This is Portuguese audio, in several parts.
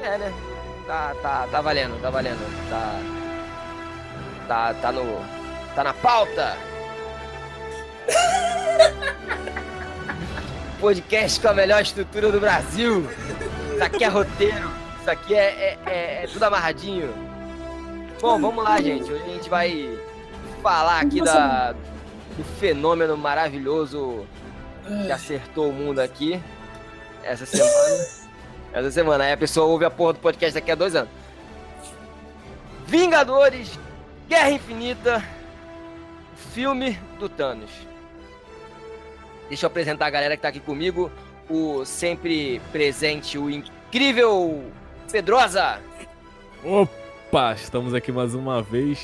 spoiler, tá, tá, tá valendo, tá valendo. Tá, tá, tá no. Tá na pauta! Podcast com a melhor estrutura do Brasil! Isso aqui é roteiro, isso aqui é, é- é- é tudo amarradinho. Bom, vamos lá, gente. Hoje a gente vai falar aqui da, do fenômeno maravilhoso que acertou o mundo aqui essa semana. essa semana. Aí a pessoa ouve a porra do podcast daqui a dois anos. Vingadores, Guerra Infinita, filme do Thanos. Deixa eu apresentar a galera que tá aqui comigo. O sempre presente, o incrível Pedrosa. Opa, estamos aqui mais uma vez.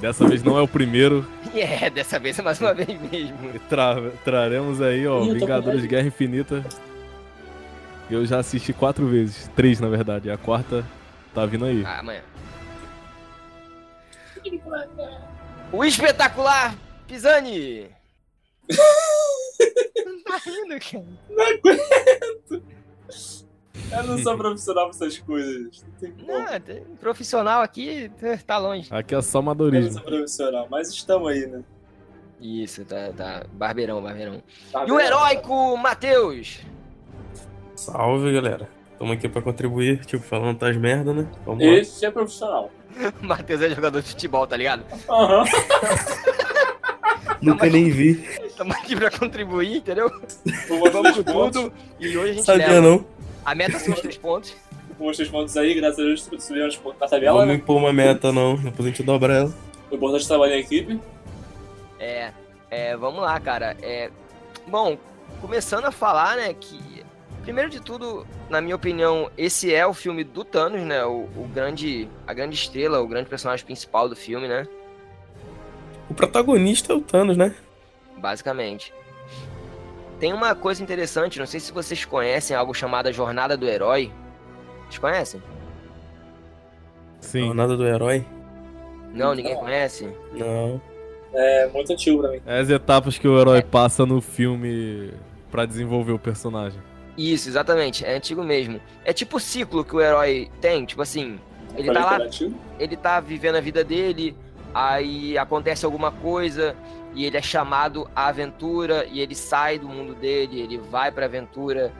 Dessa vez não é o primeiro. E é, dessa vez é mais uma vez mesmo. E tra- traremos aí, Ih, ó, eu tô com Vingadores medo. Guerra Infinita. Eu já assisti quatro vezes. Três, na verdade. E a quarta tá vindo aí. Ah, amanhã. O espetacular Pisani. Não tá rindo, cara. Eu não sou profissional pra essas coisas. Não tem como. Não, tem- um profissional aqui tá longe. Aqui é só Eu não sou amadorismo. profissional, mas estamos aí, né? Isso, tá, tá. Barbeirão, barbeirão. Tá E um o vendo? heróico Matheus. Salve, galera. Tamo aqui pra contribuir, tipo, falando tais merda, né? Vamos lá. Esse é profissional. Matheus é jogador de futebol, tá ligado? Aham. Nunca nem vi. Estamos Tá aqui pra contribuir, entendeu? Vou mostrar Vamos os com pontos. tudo. E hoje a gente Sabia leva. não. A meta são os três pontos. Vou mostrar os pontos aí, graças a Deus subiram os pontos na Não tabela. vamos né? impor uma meta, não. Depois a gente dobra ela. O importante é trabalhar em equipe. É, é, vamos lá, cara. É, bom, começando a falar, né, que primeiro de tudo, na minha opinião, esse é o filme do Thanos, né? O, o grande, a grande estrela, o grande personagem principal do filme, né? O protagonista é o Thanos, né? Basicamente. Tem uma coisa interessante, não sei se vocês conhecem algo chamado a Jornada do Herói. Vocês conhecem? Sim. Jornada do herói. Não, ninguém conhece? Não. É muito antigo pra mim. É as etapas que o herói passa no filme pra desenvolver o personagem. Isso, exatamente. É antigo mesmo. É tipo o ciclo que o herói tem, tipo assim, ele Trabalho tá lá interativo. ele tá vivendo a vida dele, aí acontece alguma coisa e ele é chamado à aventura e ele sai do mundo dele, ele vai pra aventura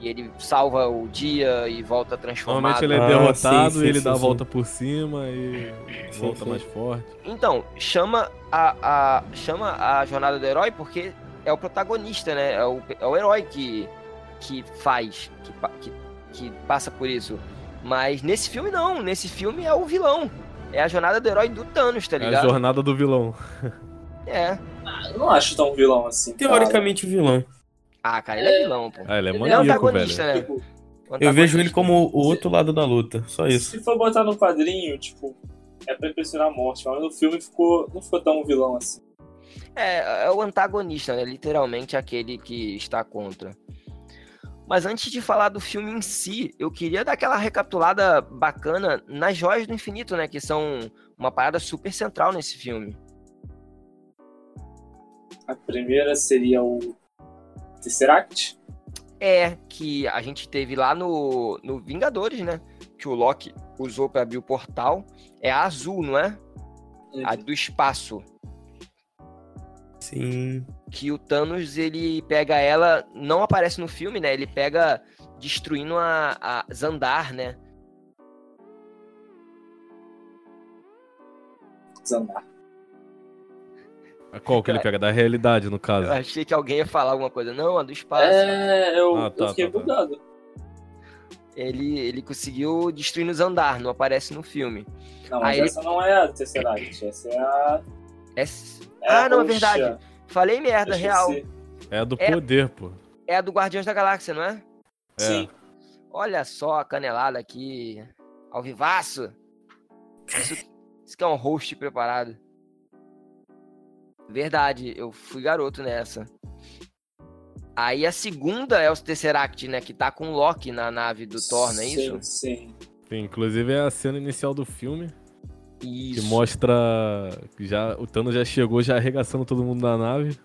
e ele salva o dia e volta transformado. Normalmente ele é Ah, derrotado, sim, sim, ele sim, dá a sim. volta por cima e volta sim. mais forte. Então, chama a, a- chama a jornada do herói porque é o protagonista, né? É o, é o herói que, que faz, que, pa- que, que passa por isso. Mas nesse filme não, nesse filme é o vilão. É a jornada do herói do Thanos, tá É a ligado? jornada do vilão. É. Eu não acho tão vilão assim. cara. Teoricamente, o vilão. Ah, cara, ele é vilão, pô. Ah, ele Ele é é Ele é maníaco, velho. antagonista, né? Tipo, Eu Antagonista. vejo ele como o outro lado da luta. Só É isso. se for botar no quadrinho, tipo, é pra impressionar a morte, mas no filme ficou, não ficou tão vilão assim. É, é o antagonista, né? Literalmente aquele que está contra. Mas antes de falar do filme em si, eu queria dar aquela recapitulada bacana nas joias do infinito, né? Que são uma parada super central nesse filme. A primeira seria o Tesseract. É que a gente teve lá no, no Vingadores, né? Que o Loki usou para abrir o portal. É a azul, não é? né? Uhum. A do espaço. Sim. que o Thanos ele pega ela, não aparece no filme, né? Ele pega destruindo a, a Zandar, né? Zanar. É Qual que ele pega? Da realidade, no caso. Eu achei que alguém ia falar alguma coisa. Não, a do espaço. É, eu, Ah, tá, eu fiquei tá, tá. bugado. Ele, ele conseguiu destruir no Zandar, não aparece no filme. Não, mas Aí ele- essa não é a Tesseract, essa é a. É s- é ah, a não, é roxa. verdade. Falei merda, Esqueci. real. É do É. poder, pô. É a do Guardiões da Galáxia, não é? É. Sim. Olha só a canelada aqui. Ao vivaço. Isso, isso que é um host preparado. Verdade, eu fui garoto nessa. Aí a segunda é o Tesseract, né? Que tá com o Loki na nave do Thor, não é isso? Sim, sim. Sim, inclusive é a cena inicial do filme que Isso. mostra que já o Thanos já chegou já arregaçando todo mundo na nave.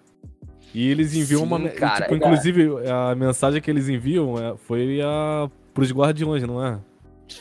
E eles enviam Sim, uma, me- e, cara, tipo, é. inclusive a mensagem que eles enviam é, foi a pros guardiões, não é?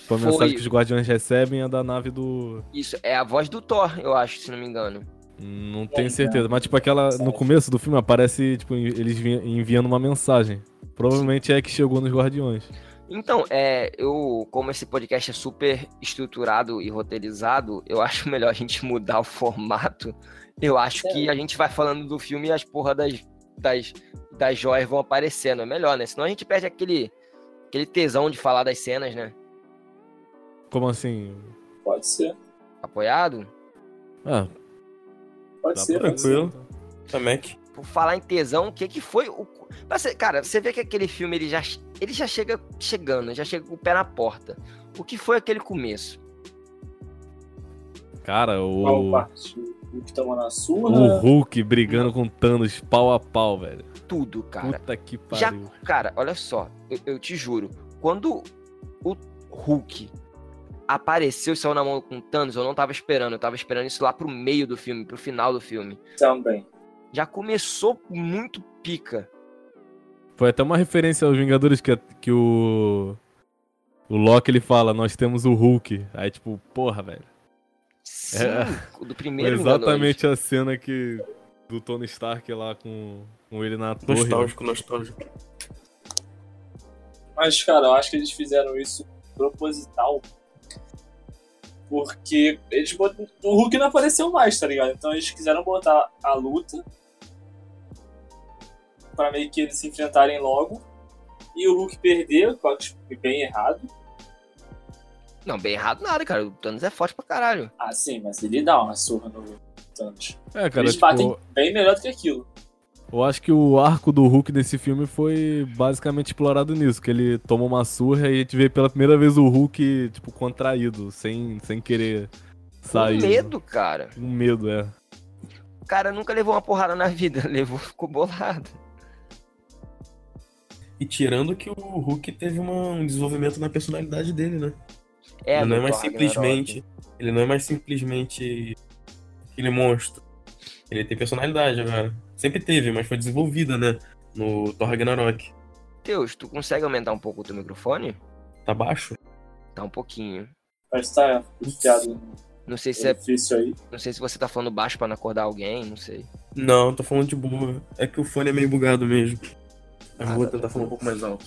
Foi a mensagem Foi. que os guardiões recebem é da nave do. Isso, é a voz do Thor, eu acho, se não me engano. Não É, tenho então. certeza, mas tipo aquela. No começo do filme aparece, tipo, en- eles vi- enviando uma mensagem. Provavelmente é a que chegou nos Guardiões. Então, é, eu, como esse podcast é super estruturado e roteirizado, eu acho melhor a gente mudar o formato. Eu acho que a gente vai falando do filme e as porra das, das, das joias vão aparecendo. É melhor, né? Senão a gente perde aquele, aquele tesão de falar das cenas, né? Como assim? Pode ser. Apoiado? Ah, Pode dá ser. pra Pode ser. fazer. então. tranquilo. Da Mac. Por falar em tesão, o que que foi o... Mas, cê- cara, você vê que aquele filme, ele já, ele já chega chegando, já chega com o pé na porta. O que foi aquele começo? Cara, Qual o. parte? O que tava na sua? O Hulk brigando com o Thanos pau a pau, velho. Tudo, cara. Puta que já- pariu. Cara, olha só, eu, eu te juro, quando o Hulk apareceu e saiu na mão com o Thanos, eu não tava esperando, eu tava esperando isso lá pro meio do filme, pro final do filme. Também. Já começou muito pica. Foi até uma referência aos Vingadores que, que o. O Loki ele fala, nós temos o Hulk. Aí, tipo, porra, velho. Sim, É. do Foi primeiro é Vingadores. exatamente a cena que. Do Tony Stark lá com, com ele na torre. né? Nostálgico, nostálgico. Mas, cara, eu acho que eles fizeram isso proposital. Porque eles bot... o Hulk não apareceu mais, tá ligado? Então eles quiseram botar a luta pra meio que eles se enfrentarem logo. E o Hulk perder, que eu acho bem errado. Não, bem errado nada, cara. O Thanos é forte pra caralho. Ah, sim, mas ele dá uma surra no Thanos. É, cara, eles tipo, batem bem melhor do que aquilo. eu acho que o arco do Hulk nesse filme foi basicamente explorado nisso, que ele toma uma surra e a gente vê pela primeira vez o Hulk, tipo, contraído, sem, sem querer sair. Com medo, cara. Com medo, é. O cara nunca levou uma porrada na vida, levou, ficou bolado. E tirando que o Hulk teve uma- um desenvolvimento na personalidade dele, né? É, ele não é no mais Thor Ragnarok. simplesmente. Ele não é mais simplesmente aquele monstro. Ele tem personalidade agora. Sempre teve, mas foi desenvolvida, né? No Thor Ragnarok. Deus, tu consegue aumentar um pouco o teu microfone? Tá baixo? Tá um pouquinho. Mas tá enfiado Não sei se é no difícil aí. Não sei se você tá falando baixo pra não acordar alguém, não sei. Não, tô falando de boa. É que o fone é meio bugado mesmo. Mas Ah, vou tá. tentar falar um pouco mais alto.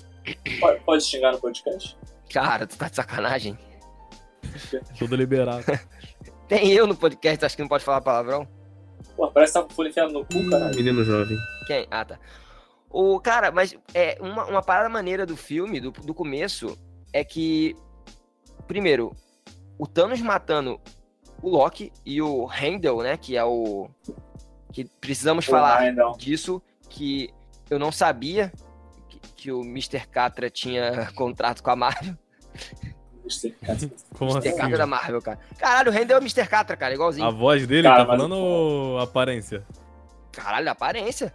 Pode, pode xingar no podcast? Cara, tu tá de sacanagem? Tudo liberado. Tem eu no podcast, acho que não pode falar palavrão? Pô, parece que tá com o fone enfiado no cu, caralho. Menino jovem. Quem? Ah, tá. O cara, mas é uma, uma parada maneira do filme, do, do começo, é que. Primeiro, o Thanos matando o Loki e o Handel, né? Que é o. Que precisamos falar. Ah, não. disso que eu não sabia que, que o Mr. Catra tinha contrato com a Marvel. Como Mr. assim? Catra da Marvel, cara. Caralho, o rendeu o Mr. Catra, cara, igualzinho. A voz dele Cara, tá mas- falando ou a aparência? Caralho, a aparência.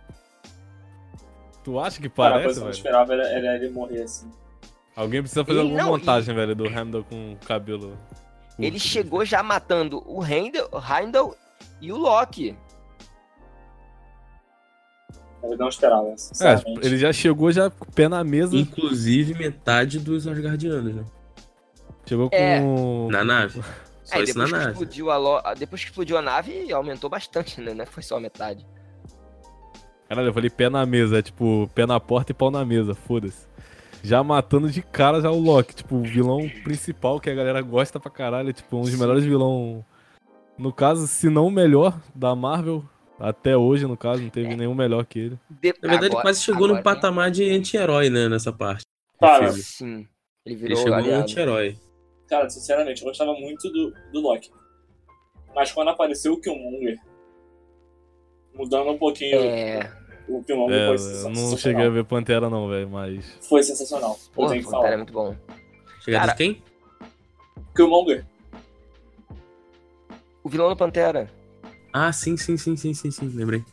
Tu acha que Cara, a parece, coisa que eu não esperava velho? era, era ele morrer assim. Alguém precisa fazer Ele alguma não- montagem, velho, do Hamilton com o cabelo. curto, Ele né? chegou já matando o Heimdall, o Heimdall e o Loki. Eu não esperava, É, sinceramente. tipo, ele já chegou já com o pé na Uhum. mesa, Inclusive metade dos Asgardianos, né? chegou É. com Na nave. Só Uhum. Aí isso na depois que, nave. explodiu a lo- depois que explodiu a nave, aumentou bastante, né? Não foi só a metade. Caralho, eu falei pé na mesa, é tipo, pé na porta e pau na mesa, foda-se. Já matando de cara já o Loki, tipo, o vilão principal que a galera gosta pra caralho, tipo, um dos melhores vilões. No caso, se não o melhor da Marvel, até hoje, no caso, não É. teve nenhum melhor que ele. De- Na verdade, agora- quase chegou num agora, né? patamar de anti-herói, né? Nessa parte. Cara, Filme. Sim. Ele Ele virou chegou um aliado. anti-herói. cara, sinceramente, eu gostava muito do, do Loki. Mas quando apareceu o Killmonger, mudando um pouquinho É. o Killmonger É, foi eu não cheguei a sensacional. ver Pantera não, velho, mas... Foi sensacional, eu Porra, tenho que o cara é falar. muito bom. Chegada Cara, de quem? Killmonger, O vilão do Pantera. Ah, sim, sim, sim, sim, sim, sim, lembrei.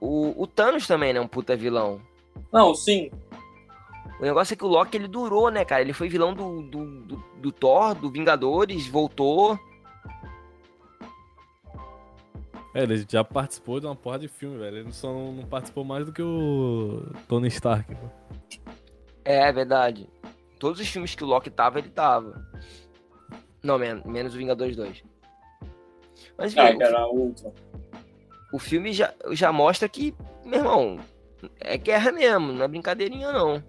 O, o Thanos também, né? Um puta vilão. não, sim, O negócio é que o Loki, ele durou, né, cara? Ele foi vilão do, do, do, do Thor, do Vingadores, voltou. É, ele já participou de uma porra de filme, velho. Ele só não, não participou mais do que o Tony Stark. pô. É, é verdade. todos os filmes que o Loki tava, ele tava. Não, men menos o Vingadores 2. Mas, Ah, enfim, que era outro. o filme já, já mostra que, meu irmão, é guerra mesmo, não é brincadeirinha não.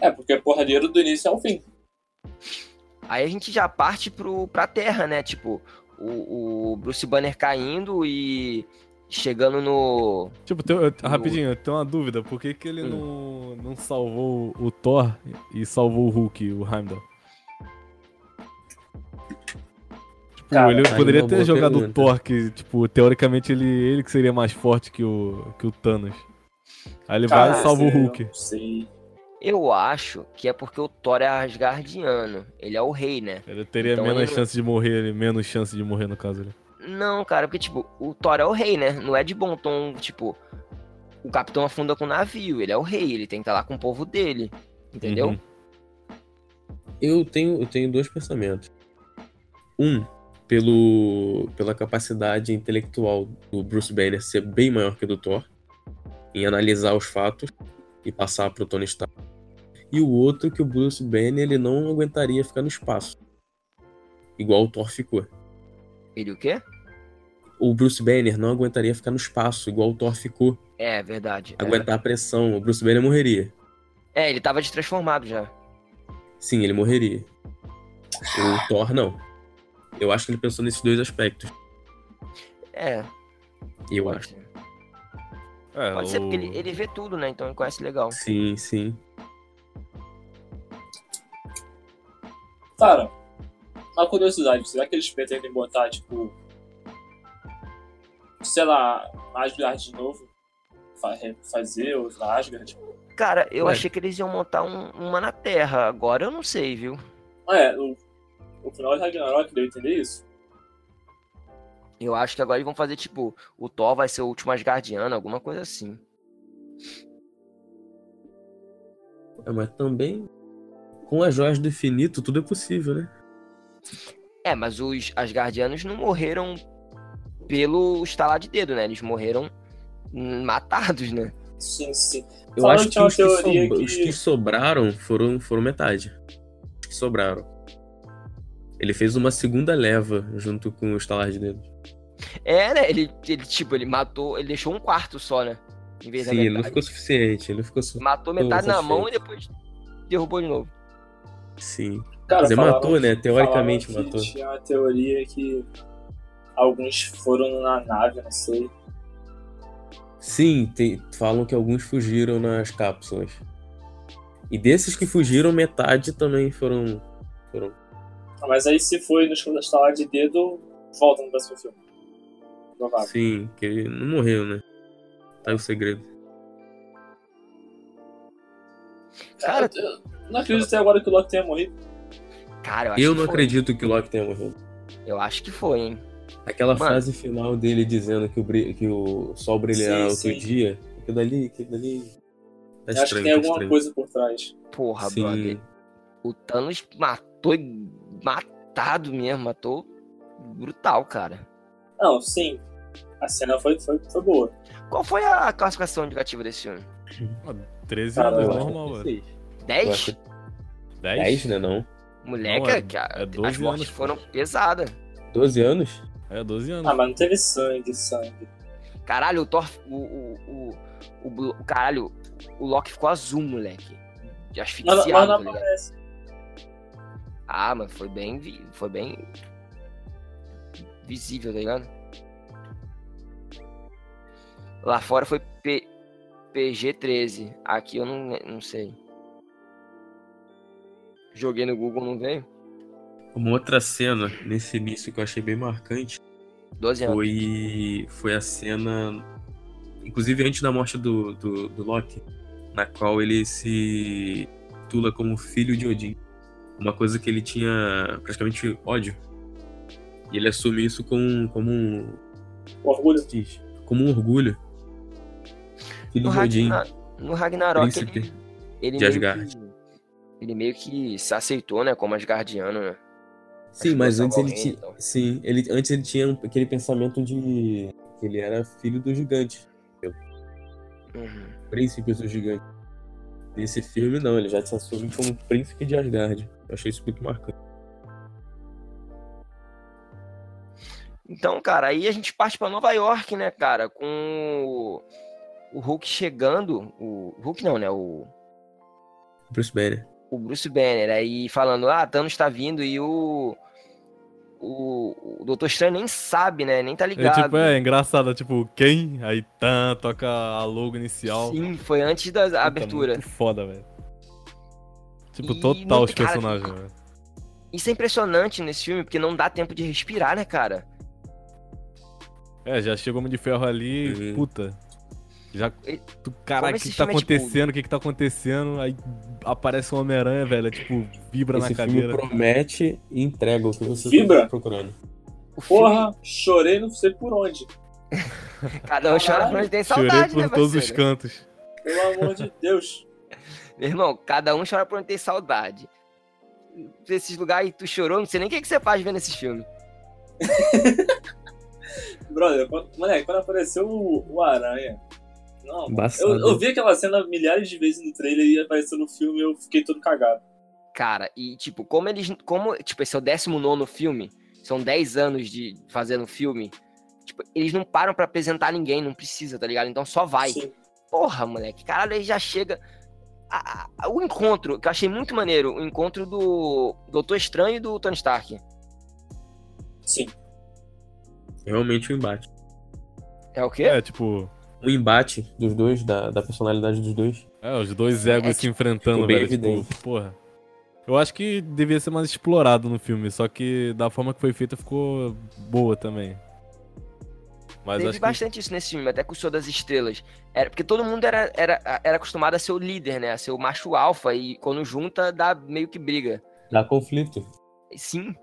É, porque é porradeiro do início ao fim. Aí a gente já parte pro, pra terra, né? Tipo, o, o Bruce Banner caindo e chegando no. Tipo, tem- eu- rapidinho, eu tenho uma dúvida. Por que, que ele não, não salvou o Thor e salvou o Hulk, o Heimdall? Tipo, Cara, ele aí poderia uma ter boa jogado o pergunta. Thor, que, tipo, teoricamente ele, ele que seria mais forte que o, que o Thanos. Aí ele vai Cara, e salva o eu Hulk. não sei. Eu acho que é porque o Thor é asgardiano. Ele é o rei, né? Ele teria Então menos ele não- chance de morrer, ele- menos chance de morrer, no caso. Ele. Não, cara, porque, tipo, o Thor é o rei, né? Não é de bom tom, tipo, o capitão afunda com o navio, ele é o rei, ele tem que estar lá com o povo dele. Entendeu? Uhum. Eu tenho, eu tenho dois pensamentos. Um, pelo, pela capacidade intelectual do Bruce Banner ser bem maior que o do Thor, em analisar os fatos e passar pro Tony Stark. E o outro, que o Bruce Banner ele não aguentaria ficar no espaço, igual o Thor ficou. Ele o quê? O Bruce Banner não aguentaria ficar no espaço, igual o Thor ficou. É, verdade. é. Aguentar a pressão, o Bruce Banner morreria. É, ele tava destransformado já. Sim, ele morreria. O Thor, não. Eu acho que ele pensou nesses dois aspectos. É, Eu acho. pode ser. É, Pode ser, o- porque ele, ele vê tudo, né? Então ele conhece legal. Sim, sim. Cara, uma curiosidade, será que eles pretendem botar, tipo. Sei lá, Asgard de novo? Fa- Fazer os Asgard? Cara, eu Ué. achei que eles iam montar um- uma na Terra. Agora eu não sei, viu? Ah, é, o, o final de Ragnarok deu a entender isso? Eu acho que agora eles vão fazer, tipo, o Thor vai ser o último Asgardiano, alguma coisa assim. É, mas também, com as joias do infinito, tudo é possível, né? É, mas os Asgardianos não morreram pelo estalar de dedo, né? Eles morreram hum, matados, né? Sim, sim. Eu Falaram que acho que, tinha os, que, uma teoria sobra- que- os que sobraram foram, foram metade. Os que sobraram. Ele fez uma segunda leva junto com o estalar de dedo. É, né? Ele, ele tipo, ele matou, ele deixou um quarto só, né? Em vez da Sim, ele metade. não ficou suficiente. Ele não ficou su... Matou metade na mão e satisfeito. depois derrubou de novo. Sim. Cara, Mas ele falaram matou, né? que- Teoricamente falaram que matou. Tinha uma teoria que alguns foram na nave, não sei. Sim, tem- falam que alguns fugiram nas cápsulas. E desses que fugiram, metade também foram. foram... Ah, Mas aí se foi nos estalar de dedo, volta no próximo filme. Provável. Sim, que ele não morreu, né? Tá aí o segredo. Cara, eu, eu não acredito até agora que o Loki tenha morrido. Cara, eu acho Eu que não foi. acredito que o Loki tenha morrido. Eu acho que foi, hein? Aquela Mano. frase final dele dizendo que o, bri- que o sol brilhará Sim, outro sim. dia, aquilo dali, aquilo dali. Tá Eu acho que tem tá alguma coisa por trás. Porra, Sim. brother. O Thanos matou e- matado mesmo, matou brutal, cara. Não, sim. A cena foi, foi, foi boa. Qual foi a classificação indicativa desse filme? 13 Cara, anos, eu acho é normal, que velho. seis. Eu 10? acho que 10? 10, né? Não? Moleque, Não, é- que a- é 12 as mortes anos, pô. foram pesadas. 12 anos? É, 12 anos. Ah, mas não teve sangue, sangue. Caralho, o Thor. O, o, o, o, Blo- caralho, o Loki ficou azul, moleque. De Mas, mas Asfixiado, não tá ligado? aparece. Ah, mas foi bem. vi- Foi bem. Visível, tá ligado? Lá fora foi P- PG-13. Aqui eu não, não sei. Joguei no Google, não veio? Uma outra cena nesse início que eu achei bem marcante 12 anos. foi, foi a cena, inclusive antes da morte do, do, do Loki, na qual ele se titula como filho de Odin. Uma coisa que ele tinha praticamente ódio. E ele assume isso como, como um O orgulho. diz, como um orgulho. Filho No, de Odin, Ragnar- no Ragnarok, príncipe. ele, ele, de meio Asgard. que, ele meio que se aceitou, né? Como Asgardiano, né? Sim, mas Acho antes que ele tá tinha. bom, então. Sim, ele, antes ele tinha um- aquele pensamento de que ele era filho do gigante, Uhum. príncipe do gigante. Nesse filme, não, ele já se assume como príncipe de Asgard. Eu achei isso muito marcante. Então, cara, aí a gente parte pra Nova York, né, cara? Com o, o Hulk chegando. O o Hulk não, né? O, Bruce Banner. o Bruce Banner aí falando: ah, Thanos tá vindo e o. O, o Doutor Estranho nem sabe, né? Nem tá É, ligado. tipo, é engraçado, tipo, quem? Aí tan, toca a logo inicial. Sim, foi antes da Puta, abertura. Muito foda, velho. Tipo, E total não- os cara, personagens, velho. Isso é impressionante nesse filme, porque não dá tempo de respirar, né, cara? É, já chegou o Homem de Ferro ali, Uhum. puta. Já. E- Tu, caralho, o esse que, que tá filme é, tipo, acontecendo? O que, que tá acontecendo? Aí aparece o Homem-Aranha, velho. é, Tipo, vibra Esse na filme cadeira. promete e entrega o que você Vibra? tá procurando. O filme, Porra, chorei não sei por onde. cada um chora caralho. quando tem Chorei saudade, por né, todos os parceiro? cantos. Pelo amor de Deus. Meu irmão, cada um chora por onde tem saudade. Pra esses lugares tu chorou, não sei nem o que, que você faz vendo esses filmes. Brother, quando, moleque, quando apareceu o, o Aranha. Não, Embaçado. eu, eu vi aquela cena milhares de vezes no trailer e apareceu no filme e eu fiquei todo cagado. Cara, e tipo, como eles. Como, tipo, esse é o 19 filme, são 10 anos de fazendo filme. Tipo, eles não param pra apresentar ninguém, não precisa, tá ligado? Então só vai. Sim. Porra, moleque, caralho, aí já chega. A- a- a- o encontro, que eu achei muito maneiro, o encontro do Doutor Estranho e do Tony Stark. Sim. Realmente um embate. É o quê? É, tipo. O embate dos dois, da, da personalidade dos dois. É, os dois egos É, se tipo, enfrentando, ficou bem velho. Tipo, evidente. porra. Eu acho que devia ser mais explorado no filme, só que da forma que foi feita ficou boa também. Mas Teve acho que bastante isso nesse filme, até com o Senhor das Estrelas. Era, porque todo mundo era, era, era acostumado a ser o líder, né? A ser o macho alfa, e quando junta, dá meio que briga. Dá conflito. Sim,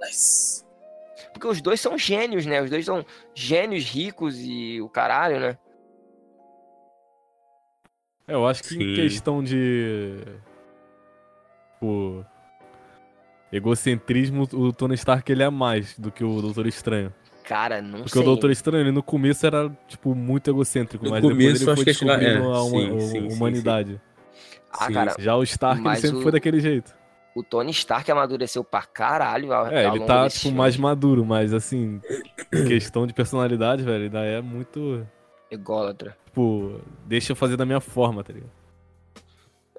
Nice. porque os dois são gênios, né? Os dois são gênios ricos e o caralho, né? É, eu acho que em Sim. questão de. Tipo. Egocentrismo, o Tony Stark ele é mais do que o Doutor Estranho. Cara, não Porque sei. o Doutor Estranho, ele no começo era, tipo, muito egocêntrico, No mas começo, depois acho que ele esse foi lá- é, descobrindo a, sim, huma- sim, a sim, humanidade. Ah, Sim, cara, Já o Stark, Mas ele sempre o- foi daquele jeito. o Tony Stark amadureceu pra caralho. Ao, É, ao ele longo tá, desse tipo, filme. mais maduro, mas, assim, em questão de personalidade, velho, ainda é muito, Ególatra. tipo, deixa eu fazer da minha forma, tá ligado?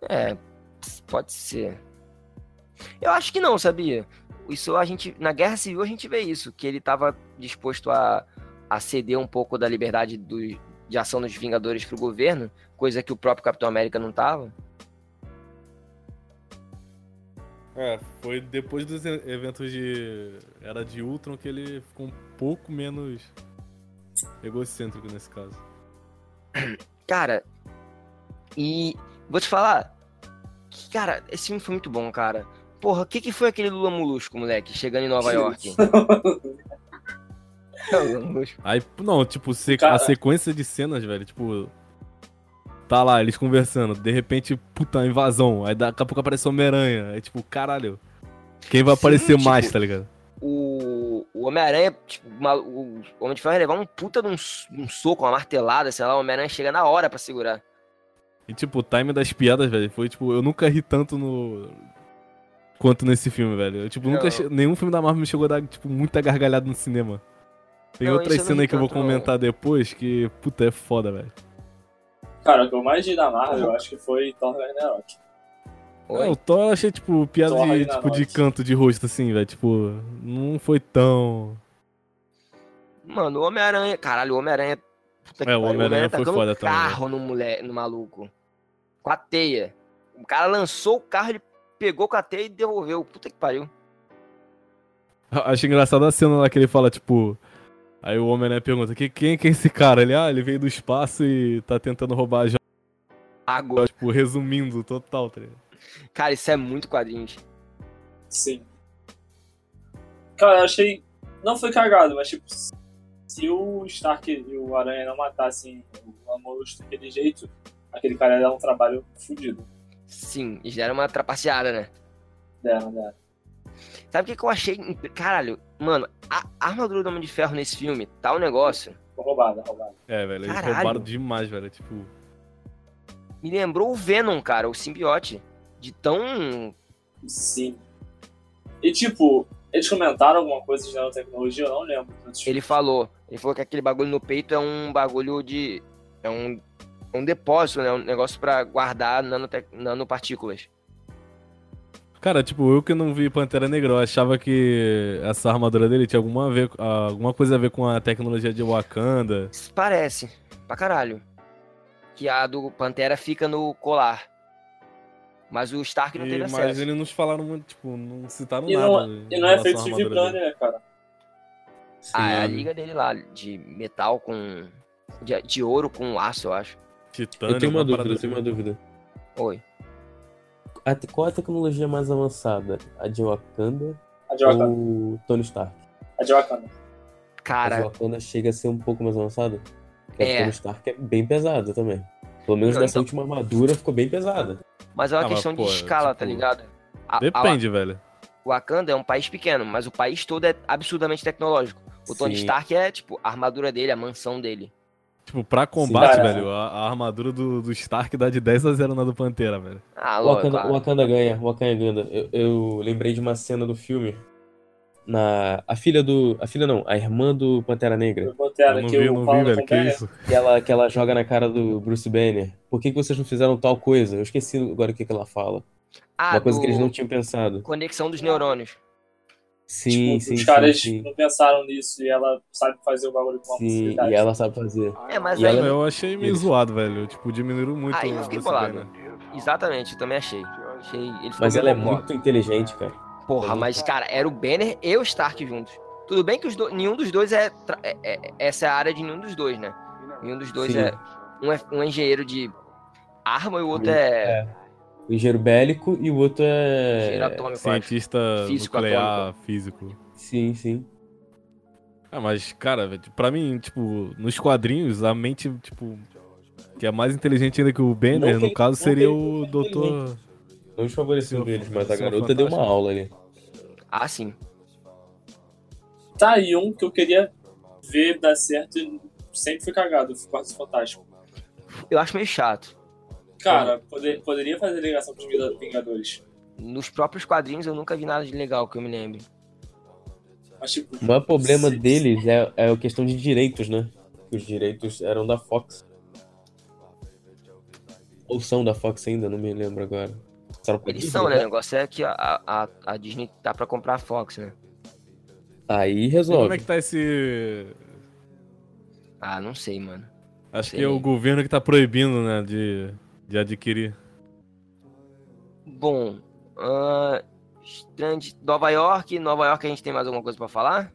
É, ps- pode ser. Eu acho que não, sabia? Isso a gente. Na Guerra Civil a gente vê isso, que ele tava disposto a, a ceder um pouco da liberdade do, de ação dos Vingadores pro governo, coisa que o próprio Capitão América não tava. É, foi depois dos e- eventos de Era de Ultron que ele ficou um pouco menos egocêntrico nesse caso. Cara, e vou te falar. que, Cara, esse filme foi muito bom, cara. Porra, o que, que foi aquele Lula Molusco, moleque, chegando em Nova York? Lula Molusco. Aí, não, tipo, se- Cara. a sequência de cenas, velho, tipo. Tá lá, eles conversando, de repente, puta, invasão. Aí daqui a pouco aparece o Homem-Aranha. Aí, tipo, caralho. Quem vai Sim, aparecer tipo, mais, tá ligado? o, o Homem-Aranha, tipo, uma- o Homem de Ferro ia levar um puta de um, s- um soco, uma martelada, sei lá, o Homem-Aranha chega na hora pra segurar. E, tipo, o time das piadas, velho, foi, tipo, eu nunca ri tanto no. Quanto nesse filme, velho. Eu, tipo, nunca. Não. che- Nenhum filme da Marvel me chegou a dar, tipo, muita gargalhada no cinema. Tem Não, outra isso eu não cena ri aí que eu vou tanto, não. comentar depois que, puta, é foda, velho. Cara, o que eu mais vi da Marvel, eu acho que foi Thor Ragnarok. Oi? Não, o Thor eu achei, tipo, piada Thor de, Ragnarok. tipo, de canto de rosto, assim, velho. Tipo, não foi tão. Mano, o Homem-Aranha, caralho, o Homem-Aranha. puta que É, o pariu, Homem-Aranha foi tacando foda um também, né? carro no, mole- no maluco. Com a teia. O cara lançou o carro, ele pegou com a teia e devolveu. Puta que pariu. Achei engraçado a cena lá que ele fala, tipo. Aí o homem né, pergunta, "Que- quem, quem é esse cara? Ele, ah, ele veio do espaço e tá tentando roubar a joia, Água. tipo, resumindo total, tá ligado? Cara, isso é muito quadrinhos. Sim. Cara, eu achei. Não foi cagado, mas tipo, se o Stark e o Aranha não matassem o Amorus daquele jeito, aquele cara ia dar um trabalho fudido. Sim, eles deram uma trapaceada, né? Deram, deram. Sabe o que, que eu achei. impre- Caralho, mano, a a armadura do Homem de Ferro nesse filme tá um negócio. Roubada, roubada. É, velho, eles Caralho. roubaram demais, velho. Tipo, me lembrou o Venom, cara, o simbiote. De tão. Sim. E tipo, eles comentaram alguma coisa de nanotecnologia? Eu não lembro. Ele falou. Ele falou que aquele bagulho no peito é um bagulho de. É um, é um depósito, né? Um negócio pra guardar nanotec, nanopartículas. Cara, tipo, eu que não vi Pantera Negra, eu achava que essa armadura dele tinha alguma, a ver, alguma coisa a ver com a tecnologia de Wakanda. Parece. Pra caralho. Que a do Pantera fica no colar. Mas o Stark não E- teve mas acesso. eles não falaram muito, tipo, não citaram E nada. né, não, em e não é relação à feito de armadura plano, dele. né, cara? Sim, Ah, Ah, é é A, a né? liga dele lá, de metal com. De, de ouro com laço, eu acho. Titânio, Eu tenho uma dúvida, parada assim. eu tenho uma dúvida. Oi. A- qual a tecnologia mais avançada? A de Wakanda A de Wakanda. ou Tony Stark? A de Wakanda. A de Cara, Wakanda chega a ser um pouco mais avançada? Porque É. a Tony Stark é bem pesada também. Pelo menos Não, nessa então- última armadura ficou bem pesada. mas é uma Ah, mas, questão pô, de escala, tá tipo, ligado? A, a- Depende, velho. Wakanda é um país pequeno, mas o país todo é absurdamente tecnológico. O Tony Sim. Stark é, tipo, a armadura dele, a mansão dele. Tipo, pra combate, cara. velho, a, a armadura do, do Stark dá de 10 a 0 na do Pantera, velho. Ah, O logo, Wakanda, claro. Wakanda ganha, o Wakanda ganha. Eu, eu lembrei de uma cena do filme. Na, a filha do. A filha não, a irmã do Pantera Negra. Eu botei ela eu não aqui, vi, eu o não vi, Paulo velho. Que Pompeia. isso? Que ela, que ela joga na cara do Bruce Banner. Por que, que vocês não fizeram tal coisa? Eu esqueci agora o que, que ela fala. Ah, Uma coisa que do- eles não tinham pensado. Conexão dos neurônios. Sim, tipo, sim, os sim, caras sim. não pensaram nisso e ela sabe fazer o bagulho com uma Sim, facilidade. e ela sabe fazer. É, mas E aí. ela- Eu achei meio Isso. zoado, velho. Tipo, diminuíram muito Aí eu fiquei Bruce Banner. bolado. Exatamente, eu também achei. achei ele ficou Mas ela é meio mó- muito inteligente, cara. Porra, mas, cara, era o Banner e o Stark juntos. Tudo bem que os do- nenhum dos dois é, tra- é- é- Essa é a área de nenhum dos dois, né? Nenhum dos dois Sim. é. Um é um é engenheiro de arma e o outro Sim. é. O engenheiro bélico e o outro engenheiro é. atômico, eu acho. Cientista Físico nuclear, físico. Sim, sim. Ah, mas, cara, velho, pra mim, tipo, nos quadrinhos, a mente, tipo, que é mais inteligente ainda que o Não Banner, que no ele- caso, não que seria ele o não seja Doutor. Não os favoreciam Senhor- deles, mas a Senhor garota deu uma Fantástico. aula ali. Ah, sim. Tá aí um que eu queria ver dar certo e sempre fui cagado, fui quase fantástico. Eu acho meio chato. Cara, poder- poderia fazer ligação com os Vinga- Vingadores. Nos próprios quadrinhos eu nunca vi nada de legal que eu me lembre. Mas, tipo, O maior problema se- deles é, é a questão de direitos, né? Que os direitos eram da Fox. Ou são da Fox ainda, não me lembro agora. Passaram pra Eles Uhum. Disney, são, né? O negócio é que a, a, a Disney dá pra comprar a Fox, né? Aí E Como é resolve. que tá esse. Ah, não sei, mano. Acho Sei. que é o governo que tá proibindo, né, de, de adquirir. Bom, ahn, Strand, Nova York. Nova York a gente tem mais alguma coisa pra falar?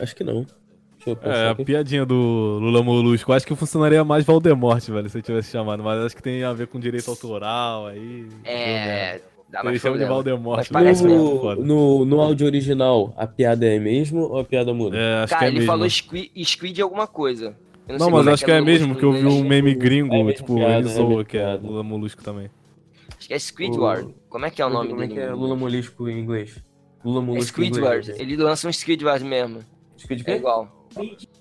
Acho que não. Deixa eu É, pensar a aqui. piadinha do Lula Molusco. Acho que funcionaria mais Valdemorte, velho, se eu tivesse chamado. Mas acho que tem a ver com direito autoral aí. É. Dá mais Eles chamam de problema. Valdemorte. Mas parece né? mesmo. Foda. no, no, no áudio original, a piada é mesmo ou a piada muda? É, acho Cara, que é ele mesmo. falou squid, squid alguma coisa. Eu sei Não, mas como acho que é Lula mesmo, que eu vi Molusco em um inglês. meme gringo, É mesmo tipo, piada, ele é zoa mesmo que é piada. Lula Molusco também. Acho que é Squidward. Como é que é o nome Como é que dele? é Lula Molisco em inglês? Lula É Molisco em Squidward. inglês. Ele lança um Squidward mesmo. Squidward. É igual.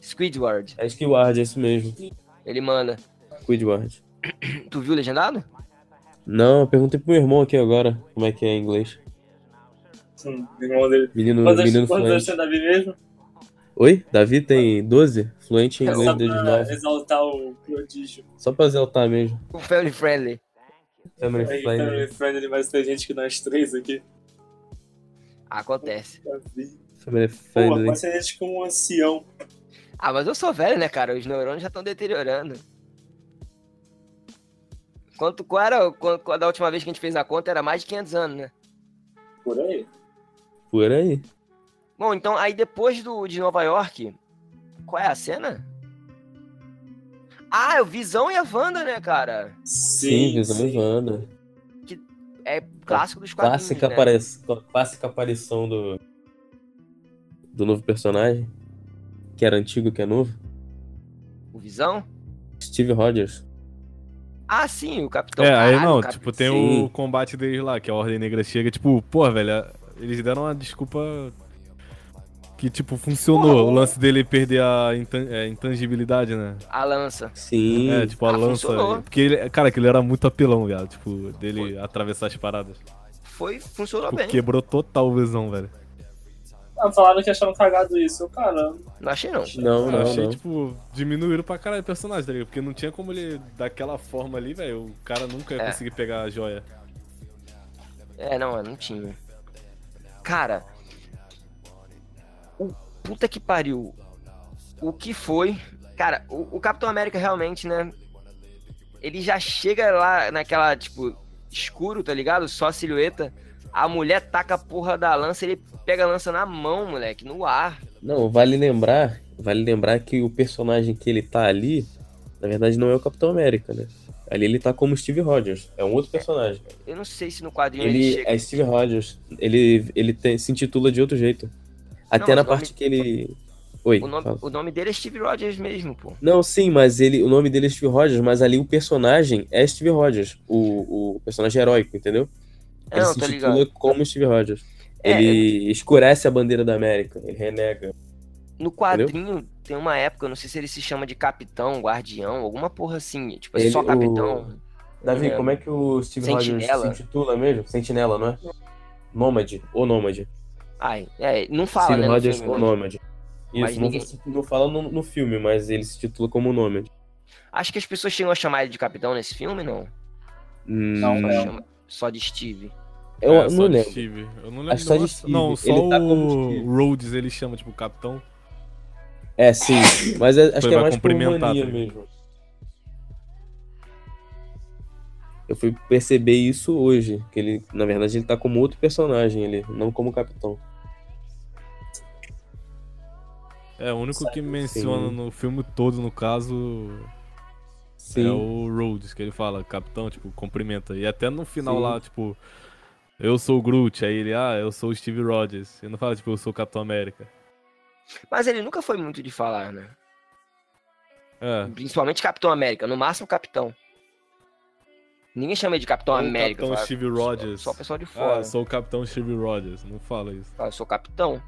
Squidward. É Squidward, é isso mesmo. Ele manda. Squidward. Tu viu o legendado? Não, eu perguntei pro meu irmão aqui agora como é que é em inglês. Hum, irmão dele. Menino, Quantos menino quantos anos fluente. tem o Davi mesmo? Oi? Davi tem 12? Fluente em É inglês só desde pra 9. exaltar o prodígio. Só pra exaltar mesmo. O Family Friendly. Family Aí, Friendly. Family Friendly, mas tem gente que nós três aqui. Tá Acontece. Davi. Family Pô, Friendly. mas tem gente com um ancião. Ah, mas eu sou velho, né, cara? Os neurônios já estão deteriorando. Quanto, qual era o- qual, qual, da última vez que a gente fez a conta? Era mais de 500 anos, né? Por aí. Por aí. Bom, então aí depois do de Nova York, qual é a cena? Ah, é o Visão e a Wanda, né, cara? Sim, Sim, visão sim. Ivana. É clássico dos quadrinhos, Clássica, né? apari- clássica aparição do. Do novo personagem. Que era antigo, que é novo. O Visão? Steve Rogers. Ah, sim, o Capitão. É, aí Caralho, não, cap- tipo, tem Então, Sim. o combate deles lá, que a Ordem Negra chega, tipo, pô, velho, eles deram uma desculpa Que, tipo, funcionou o lance dele perder a intan- é, intangibilidade, né? A lança. Sim. É, tipo, a Ah, lança. funcionou. Porque ele, cara, aquele era muito apelão, viado. Tipo, dele atravessar as paradas. Tá Foi, funcionou Tipo, bem. quebrou total o visão, velho. Ah, falaram que acharam cagado isso. Eu, cara, Não achei não. Não, Cara, não, eu achei, não. tipo, diminuíram pra caralho o personagem, tá ligado? Porque não tinha como ele, daquela forma ali, velho, o cara nunca ia É. conseguir pegar a joia. É, não, eu não tinha. Cara. O puta que pariu. O que foi. Cara, o, o Capitão América realmente, né? Ele já chega lá naquela, tipo, escuro, tá ligado? Só a silhueta. A mulher taca a porra da lança, ele pega a lança na mão, moleque, no ar. Não, vale lembrar, vale lembrar que o personagem que ele tá ali, na verdade, não é o Capitão América, né? Ali ele tá como Steve Rogers, é um outro personagem. Eu não sei se no quadrinho ele, Ele chega. é Steve Rogers, ele, ele tem- se intitula de outro jeito. mas Até na o nome- parte que ele. Oi. O nome, fala. o nome dele é Steve Rogers mesmo, pô. Não, sim, mas ele, o nome dele é Steve Rogers, mas ali o personagem é Steve Rogers, o, o personagem heróico, entendeu? É, Ele não, se tô intitula ligado. como Steve Rogers. É, ele escurece a bandeira da América, ele renega. No quadrinho tem uma época, eu não sei se ele se chama de capitão, guardião, alguma porra assim. Tipo, é Ele- só o- capitão. Davi, É. como é que o Steve Sentinela. Rogers se intitula mesmo? Sentinela, não é? Nômade, ou Nômade. Ai, é, não fala, Steve né? no Rogers filme. ou Nômade. Mas Isso, ninguém- não, não fala no, no filme, mas ele se titula como Nômade. Acho que as pessoas chegam a chamar ele de capitão nesse filme, não? Hum, não, Só, não. chama- só de Steve. Eu É, não só de lembro. Steve. Eu não Acho lembro. que só de não, Steve. não, Ele só tá como Steve. o Rhodes ele chama, tipo, capitão. É, sim. Mas é- acho Foi, que é vai mais por cumprimentar, mania tá ligado? mesmo. Eu fui perceber isso hoje. Que ele, na verdade, ele tá como outro personagem ali, não como capitão. É, o único que menciona no filme todo, no caso, Sim. é o Rhodes, que ele fala, capitão, tipo, cumprimenta. E até no final Sim. lá, tipo, eu sou o Groot, aí ele, ah, eu sou o Steve Rogers. Ele não fala, tipo, eu sou o Capitão América. Mas ele nunca foi muito de falar, né? É. Principalmente Capitão América, no máximo Capitão. Ninguém chama ele de Capitão Ou América. Capitão fala- Steve Rogers. Só, só o pessoal de Ah, fora. eu sou o Capitão Steve Rogers. Não fala isso. Fala, eu sou capitão.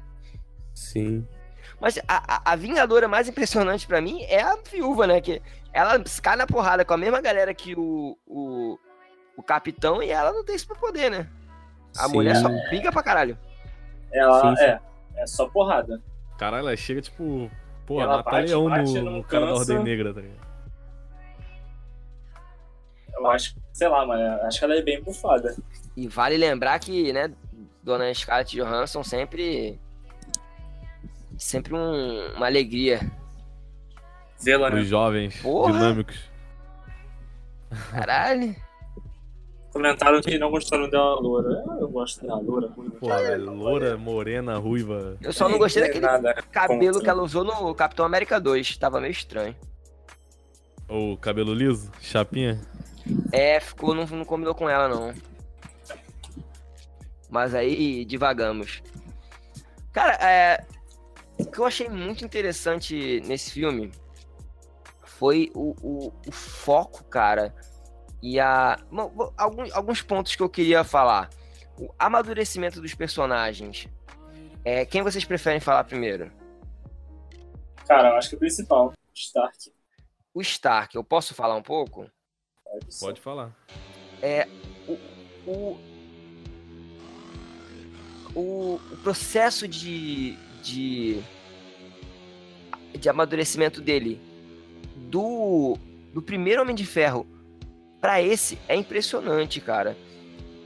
Sim. Mas a, a, a Vingadora mais impressionante pra mim é a viúva, né? Que ela cai na porrada com a mesma galera que o, o, o capitão e ela não tem superpoder, né? A sim. mulher só briga pra caralho. Ela Sim, sim. é. É só porrada. Caralho, ela chega, tipo, pô, Ela Natália bate, Leão bate, no, não no cara da cansa. Ordem Negra, tá ligado? Eu acho, sei lá, mano. eu Acho que ela é bem bufada. E vale lembrar que, né, Dona Scarlett Johansson sempre. Sempre um- uma alegria. Zela, Os né? jovens, Porra! dinâmicos. Caralho. Comentaram que não gostaram da loura. Ah, Eu gosto da loura. ruiva. Pô, velho, loura, morena, ruiva. Eu só não gostei É, daquele nada cabelo contra. que ela usou no Capitão América 2. Tava meio estranho. Ou cabelo liso, chapinha. É, ficou, não, não combinou com ela, não. Mas aí divagamos. Cara, é, o que eu achei muito interessante nesse filme foi o, o, o foco, cara. E a. bom, bom, Alguns, alguns pontos que eu queria falar. O amadurecimento dos personagens. É, quem vocês preferem falar primeiro? Cara, eu acho que o principal, Stark. O Stark, eu posso falar um pouco? Pode falar. o, o, o processo de, de, de amadurecimento dele do, do primeiro Homem de Ferro pra esse é impressionante, cara.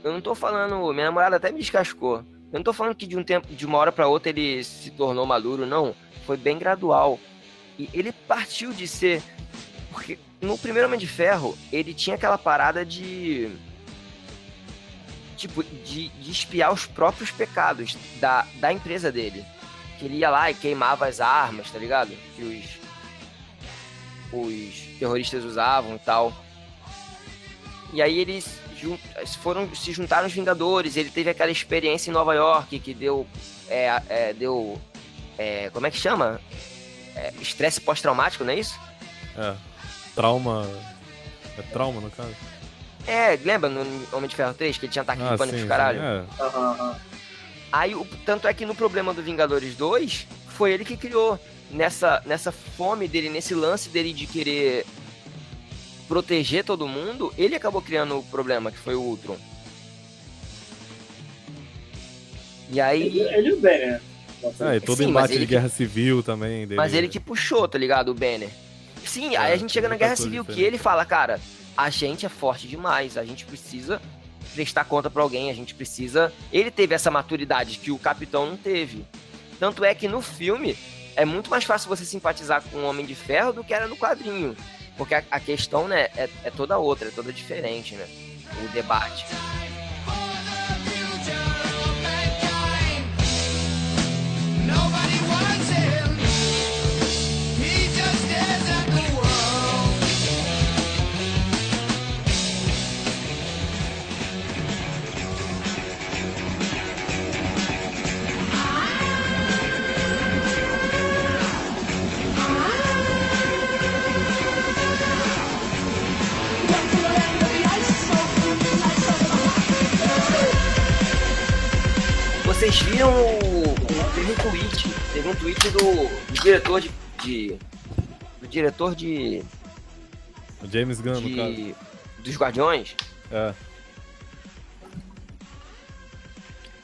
Eu não tô falando, minha namorada até me descascou. Eu não tô falando que de um tempo, de uma hora pra outra ele se tornou maduro, não. Foi bem gradual. E ele partiu de ser porque no primeiro Homem de Ferro ele tinha aquela parada de tipo, de, de espiar os próprios pecados da, da empresa dele. Que ele ia lá e queimava as armas, tá ligado? Que os, os terroristas usavam e tal. E aí eles jun- se foram se juntaram os Vingadores. Ele teve aquela experiência em Nova York que deu. É, a- é, deu é, como é que chama? É, Estresse pós-traumático, não é isso? É. Trauma. É trauma, no caso? É, lembra no Homem de Ferro 3 que ele tinha ataque Ah, de pânico, caralho? É. Aham, aham. Aí, o- tanto é que no problema do Vingadores 2, foi ele que criou nessa, nessa fome dele, nesse lance dele de querer proteger todo mundo, ele acabou criando o problema que foi o Ultron. E Ele, aí, ele e o né? Banner. Ah, e todo Sim, mas embate ele de que- guerra civil também. Dele, mas ele que puxou, tá ligado? O Banner. Sim, aí É, a gente chega na muita Guerra coisa Civil que diferente. ele fala, cara, a gente é forte demais, a gente precisa prestar conta pra alguém, a gente precisa. Ele teve essa maturidade que o Capitão não teve. Tanto é que no filme é muito mais fácil você simpatizar com o Homem de Ferro do que era no quadrinho. Porque a, a questão, né, é, é toda outra, é toda diferente, né? O debate. Nobody wants him. He just stares at the world. Vocês viram o. Teve um tweet. Teve um tweet do, do diretor de. de- do diretor de. O James Gunn, no caso. de dos Guardiões. É.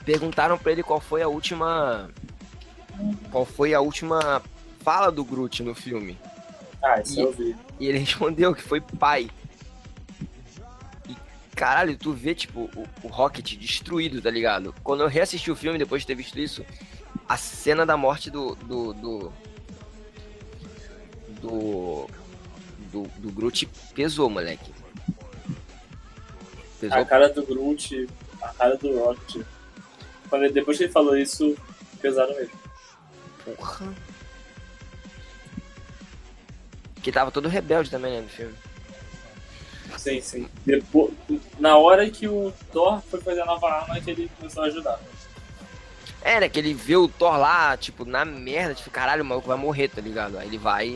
Perguntaram pra ele qual foi a última. Qual foi a última fala do Groot no filme. Ah, isso eu vi. E ele respondeu que foi pai. E caralho, tu vê, tipo, o, o Rocket destruído, tá ligado? Quando eu reassisti o filme depois de ter visto isso, a cena da morte do. do. do. do, do, do Groot pesou, moleque. Pesou A Ah, cara do Groot, a cara do Rocket. Quando ele- Depois que ele falou isso, pesaram mesmo. Porra. Que tava todo rebelde também, né, no filme. Sim, sim. Depois, na hora que o Thor foi fazer a nova arma, que ele começou a ajudar. É, né, que ele vê o Thor lá, tipo, na merda, tipo, caralho, o maluco vai morrer, tá ligado? Aí ele vai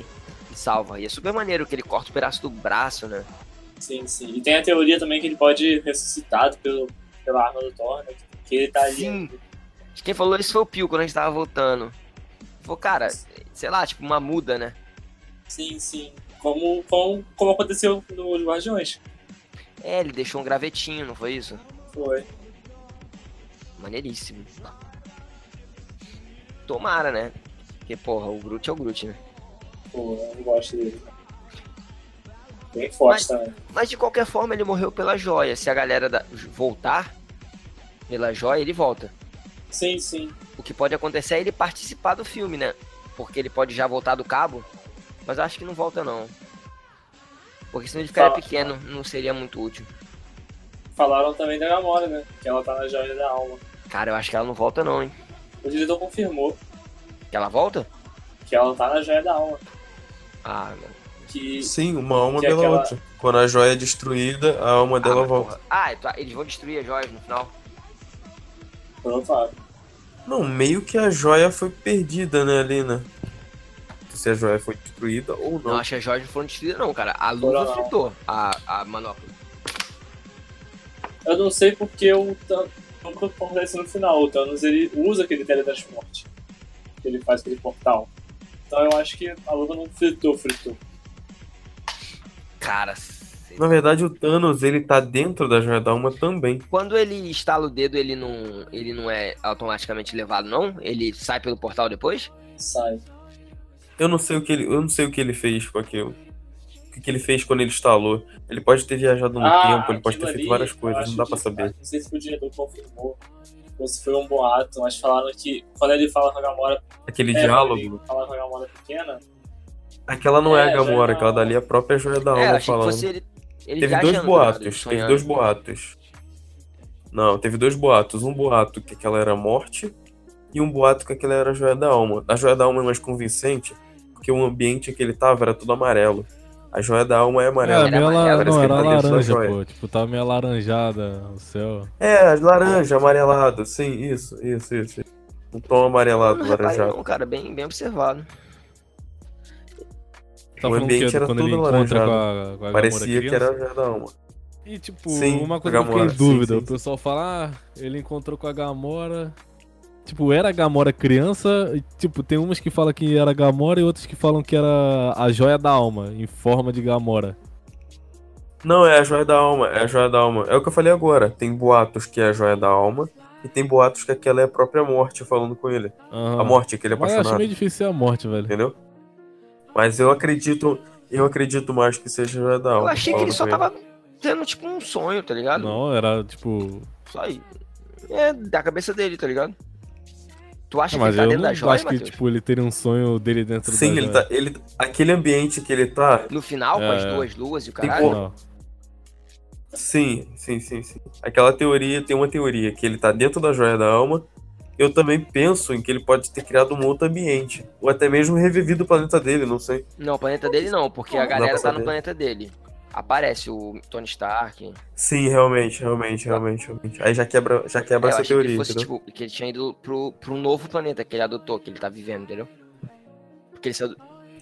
e salva. E é super maneiro que ele corta o pedaço do braço, né? Sim, sim. E tem a teoria também que ele pode ser ressuscitado pelo, pela arma do Thor, né? Que ele tá ali. Sim. Quem falou isso foi o Pio, quando a gente tava voltando. Falou, cara, sei lá, tipo, uma muda, né? Sim, sim. Como, como, como aconteceu nos Guardiões. É, ele deixou um gravetinho, não foi isso? Foi. Maneiríssimo. Tomara, né? Porque, porra, o Groot é o Groot, né? Pô, eu não gosto dele. Bem forte Mas- também. Mas de qualquer forma, ele morreu pela joia. Se a galera da- voltar pela joia, ele volta. Sim, sim. O que pode acontecer é ele participar do filme, né? Porque ele pode já voltar do cabo. Mas eu acho que não volta, não. Porque senão ele ficaria Fala. pequeno, não seria muito útil. Falaram também da Gamora, né? Que ela tá na joia da alma. Cara, eu acho que ela não volta, não, hein? O diretor confirmou Que ela volta? que ela tá na joia da alma. Ah, mano. Que Sim, uma alma Que é pela aquela- outra. Quando a joia é destruída, a alma Ah, dela mas volta. porra. Ah, então, eles vão destruir as joias no final. provável. Não, meio que a joia foi perdida, né, Alina? Se a joia foi destruída ou Não, não. acho que as joias não foram destruídas, não, cara. A Foram, luva não. fritou a, a manopla. Eu não sei porque o Thanos. O que acontece no final? O Thanos ele usa aquele teletransporte. Que ele faz aquele portal. Então eu acho que a luta não fritou, fritou. Cara, sei Na verdade, o Thanos, ele tá dentro da joia da alma também. Quando ele estala o dedo, ele não, ele não é automaticamente levado, não? Ele sai pelo portal depois? Sai. Eu não sei o que ele, eu não sei o que ele fez com aquilo. O que que ele fez quando ele instalou? Ele pode ter viajado um tempo, ele pode ter Ah, aquilo feito ali, várias eu coisas, acho não dá que- é. pra saber. Não sei se o diretor confirmou ou se foi um boato, mas falaram que quando ele fala com a Gamora. Aquele é, diálogo, ele fala com a Gamora pequena, aquela não é, É, a a joia Gamora, da aquela alma. dali é a própria joia da alma é, achei falando. que fosse ele. ele Teve viajando, dois tá ligado? boatos, teve Sonhando. dois boatos. Não, teve dois boatos. Um boato que aquela era a morte e um boato que aquela era a joia da alma. A joia da alma é mais convincente porque o ambiente que ele tava era tudo amarelo. A joia da alma é Era amarela. Era meio la- amarelo, parece Não, que era ele tá dentro da laranja, joia. pô. Tipo, tava meio alaranjada o céu. É, laranja, amarelado. Sim, isso, isso, isso. Um tom Eu amarelado, Não, reparei, laranjado. não, um cara, bem, bem observado. Tá O falando ambiente que é era quando ele todo encontra com a, alaranjado. com a Gamora Parecia que criança? era a joia da alma. E tipo, Sim, uma a coisa que eu fiquei Gamora, em dúvida, sim, sim, o pessoal fala, ah, ele encontrou com a Gamora, Tipo, era a Gamora criança, e, tipo, tem umas que falam que era Gamora e outras que falam que era a joia da alma, em forma de Gamora. Não, é a joia da alma, é a joia da alma. É o que eu falei agora. Tem boatos que é a joia da alma e tem boatos que aquela é a própria morte falando com ele. Aham. A morte, aquele Mas Ah. eu acho apaixonado, meio difícil ser a morte, velho. entendeu? Mas eu acredito, eu acredito mais que seja a joia da alma. Eu achei que ele falando só com tava tendo, tipo, um sonho, tá ligado? Não, era tipo. Só aí. É da cabeça dele, tá ligado? Tu acha que mas ele tá eu dentro não da joia, acho que Matheus? tipo, ele teria um sonho dele dentro Sim, da ele joia. tá, ele, aquele ambiente que ele tá. No final, com as É. duas luas e o Tem caralho. como- Não. Sim, sim, sim, sim. Aquela teoria, tem uma teoria que ele tá dentro da joia da alma. Eu também penso em que ele pode ter criado um outro ambiente. Ou até mesmo revivido o planeta dele, não sei. Não, o planeta dele não, porque a Não dá galera pra tá no saber. planeta dele. Aparece o Tony Stark. Sim, realmente, realmente, realmente, realmente. Aí já quebra, já É, eu quebra essa achei que ele teoria, fosse, entendeu? tipo, que ele tinha ido pro, pro novo planeta que ele adotou, que ele tá vivendo, entendeu? Porque ele saiu do...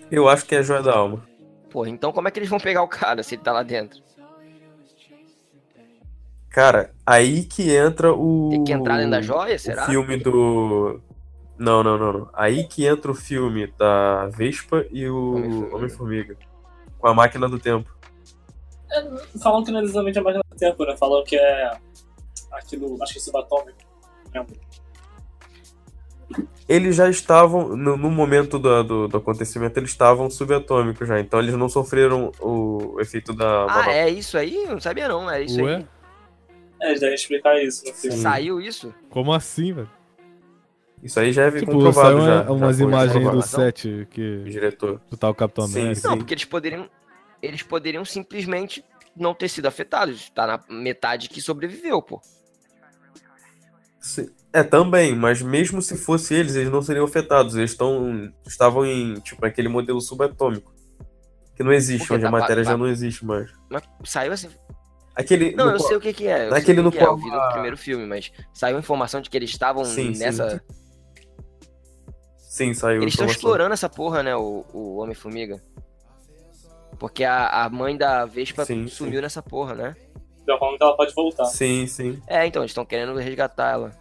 Eu acho que é a joia da alma. Porra, então como é que eles vão pegar o cara se ele tá lá dentro? Cara, aí que entra o. Tem que entrar dentro da joia, o será? filme do. Não, não, não, não. Aí que entra o filme da Vespa e o Homem-Formiga. Homem-Formiga. Com a máquina do tempo. Falam que não é exatamente a máquina do tempo, né? Falam que é aquilo, acho que é subatômico. né? Lembro. Eles já estavam, no, no momento do, do, do acontecimento, eles estavam subatômicos já. Então eles não sofreram o, efeito da. Ah, é isso aí? Eu não sabia não, é isso Ué? aí. É, eles devem explicar isso no Hum. filme. Saiu isso? Como assim, velho? Isso aí já é Tipo, comprovado saiu já. uma- umas já foi imagens do comprovado. set que Diretor. tá o Capitão Sim, América. Não, Sim. porque eles poderiam. Eles poderiam simplesmente não ter sido afetados. Tá na metade que sobreviveu, pô. Sim. É, também, mas mesmo se fosse eles, eles não seriam afetados. Eles estão, estavam em, tipo, aquele modelo subatômico. Que não existe, Porque onde a tá pa- matéria já pa- não existe mais. Mas saiu assim. Aquele. Não, no eu qual- sei o que, que é. Eu Naquele sei o no que que é, eu qual- vi no primeiro filme, mas saiu a informação de que eles estavam Sim, sim. nessa. Sim, saiu. Eles estão informação. explorando essa porra, né? O, o Homem-Formiga. Porque a, a mãe da Vespa Sim, sumiu sim. nessa porra, né? Já falam que ela pode voltar. Sim, sim. É, então, eles estão querendo resgatar ela.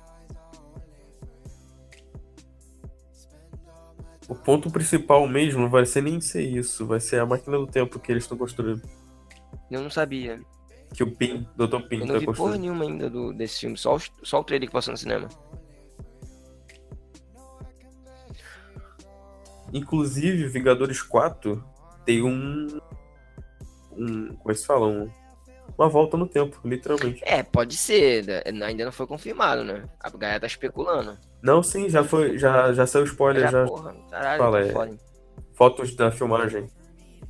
O ponto principal mesmo não vai ser nem ser isso. Vai ser a máquina do tempo que eles estão construindo. Eu não sabia. Que o Pin, Dr. Pin, Eu não tá vi porra construindo. nenhuma ainda do, desse filme, só, os- só o trailer que passou no cinema. Inclusive, Vingadores 4 tem um. um como é que se fala? Um- uma volta no tempo, literalmente. É, pode ser, né? ainda não foi confirmado, né? A galera tá especulando. Não, sim, já foi. Já, já saiu spoiler, Mas, já. ah, porra, caralho, Fala tá aí. foda. Fotos da filmagem.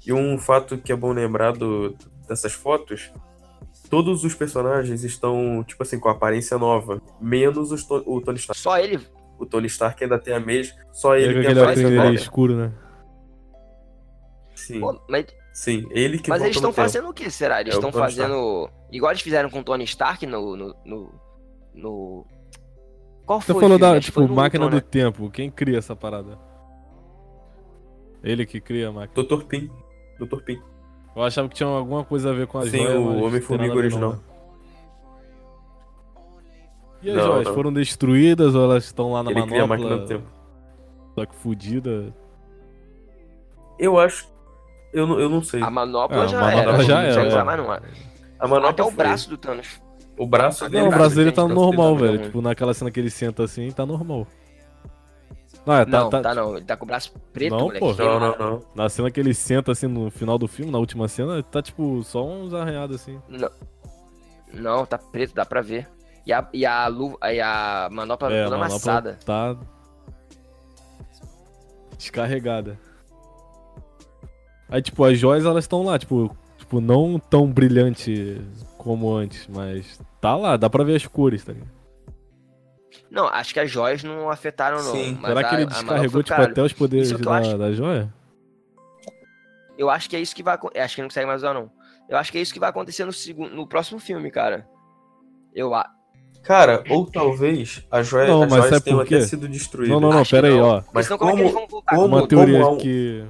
E um fato que é bom lembrar do- dessas fotos. Todos os personagens estão, tipo assim, com aparência nova. Menos os To- o Tony Stark. Só ele, O Tony Stark ainda tem a mesma. Só É ele com tem aquele a aparência óculos dele nova. escuro, né? Sim, pô, mas, sim. Ele que mas volta eles estão no tempo. fazendo o que, será? Eles É o estão Tony fazendo. Igual eles fizeram com o Tony Stark no. no, no, no- Qual Você foi? falou filho? da, Acho que foi tipo, no máquina Ultron, do tempo. Quem cria essa parada? Ele que cria a máquina. Dr. Pin. Dr. Pin. Eu achava que tinha alguma coisa a ver com a Sim, joia. o mas não Homem-Formiga tem nada a ver, original. né? E as Não, joias não. foram destruídas ou elas estão lá na Ele cria a máquina do manopla? tempo. Só que fodida. Eu acho. Eu, não- eu não sei. né? A manopla Ah, já a manopla era. já não precisa era, usar é. mais não. A manopla Até o foi. braço do Thanos. O braço Não, dele. Não, o braço dele tem, tá braço dele normal, É tá velho. normal. Tipo, naquela cena que ele senta assim, tá normal. Não, é, tá, não, tá- tá, não. Ele tá com o braço preto, Não, moleque. pô. Não, não, não. Na cena que ele senta assim no final do filme, na última cena, tá tipo só uns arranhados assim. Não, tá preto, dá pra ver. E a, e a, luva, e a manopla é, a toda manopla amassada. tá descarregada. Aí tipo, as joias elas estão lá, tipo, tipo, não tão brilhante como antes, mas tá lá, dá pra ver as cores, tá ligado? Não, acho que as joias não afetaram, não. Sim. mas Será a- que ele a manopla descarregou do tipo caralho. até os poderes Isso que eu da, acho. da joia? Eu acho que é isso que vai acontecer. Acho que ele não consegue mais usar, não. Eu acho que é isso que vai acontecer no, segundo, no próximo filme, cara. Eu a- Cara, ou talvez a joia, Não, as mas joias sabe tenham por quê? até sido destruídas. Não, não, não, acho que pera aí, ó. Porque Mas senão como, é que como- eles vão voltar? como- Uma Como- teoria como há um- que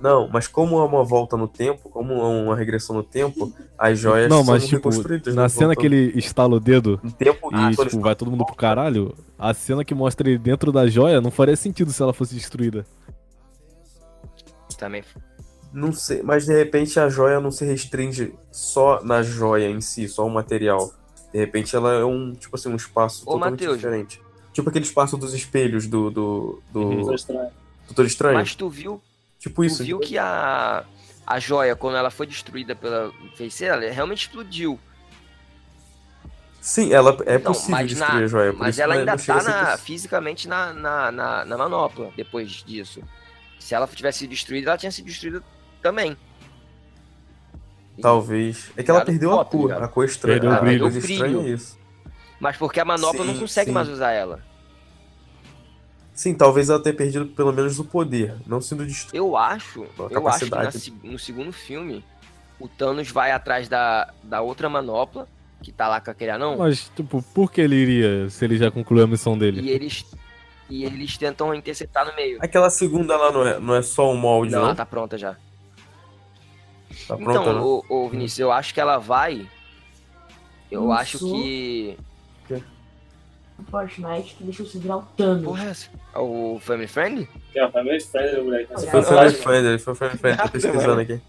Não, mas como é uma volta no tempo, como é uma regressão no tempo, as joias não, são mas tipo, reconstruídas. na né? cena Voltando que ele estala o dedo no tempo e ah, quando tipo, eles- vai todo mundo pro caralho, a cena que mostra ele dentro da joia não faria sentido se ela fosse destruída. Também. Não sei, mas de repente a joia não se restringe só na joia em si, só o material. De repente ela é um, tipo assim, um espaço Ô, totalmente Matheus. diferente. Tipo aquele espaço dos espelhos do, do, do Uhum. Coisa estranha. Doutor Estranho. Mas tu viu, tipo isso. tu viu que a, a joia, quando ela foi destruída pela feiticeira, ela realmente explodiu. Sim, ela é Então, possível mas na- destruir a joia. por Mas isso ela não é- ainda não chega tá a ser na- possível. fisicamente na, na, na, na manopla depois disso. Se ela tivesse sido destruída, ela tinha sido destruída também. Talvez. É que ela Ligado? perdeu a Foto, cor, ligado? a cor estranha. Perdeu o a brilho. coisa Perdeu o estranha é brilho. isso. Mas porque a manopla não Sim, consegue sim. mais usar ela. Sim, talvez ela tenha perdido pelo menos o poder, não sendo destruída. Eu acho, Uma eu acho que na capacidade. se- no segundo filme, o Thanos vai atrás da, da outra manopla, que tá lá com aquele anão, Mas, tipo, por que ele iria se ele já concluiu a missão dele? e eles, e eles tentam interceptar no meio. Aquela segunda lá não é, não é só um molde, Não, não? ela tá pronta já. Tá pronta, então, né? ô, ô, Vinícius, eu acho que ela vai. Eu Não acho sou- que. O Fortnite que deixou você virar o Thanos. Porra, é essa? É O Family Friend? Que é, foi meio estranho, moleque. Mas Foi o Não, foi- Family Friend, ele foi o Family Friend, tô pesquisando aqui.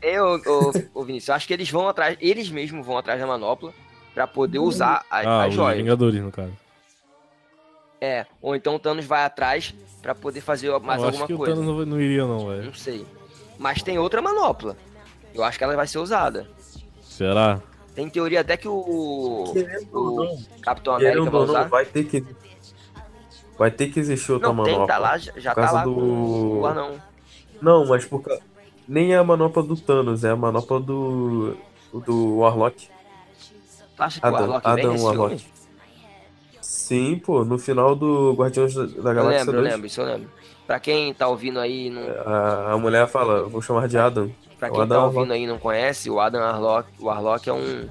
Eu, É, ô, ô, Vinícius, eu acho que eles vão atrás. Eles mesmos vão atrás da manopla pra poder usar a, Ah, a os joia. Vingadores, no caso. É, ou então o Thanos vai atrás pra poder fazer mais eu acho alguma que coisa. Uhum. o Thanos não, vai- não iria, não, velho. É. Não sei. Mas tem outra manopla. Eu acho que ela vai ser usada. Será? Tem teoria até que o, o Capitão América Querendo vai ou não, usar. é vai ter que. Vai ter que existir outra Não, tem, manopla. tá lá, já, já Por tá causa lá do- com o anão. Não, mas por ca- Nem é a manopla do Thanos, é a manopla do. do Warlock. Tu acha Tá, que o Adam- Warlock vem Adam nesse Warlock. filme? Sim, pô, no final do Guardiões da, da Eu Galáxia lembro, eu 2, lembro, isso eu lembro. Pra quem tá ouvindo aí, e não, A, a mulher fala, "Eu vou chamar de Adam. Pra É, O quem Adam tá Warlock. ouvindo aí e não conhece, o Adam Warlock, o Warlock é um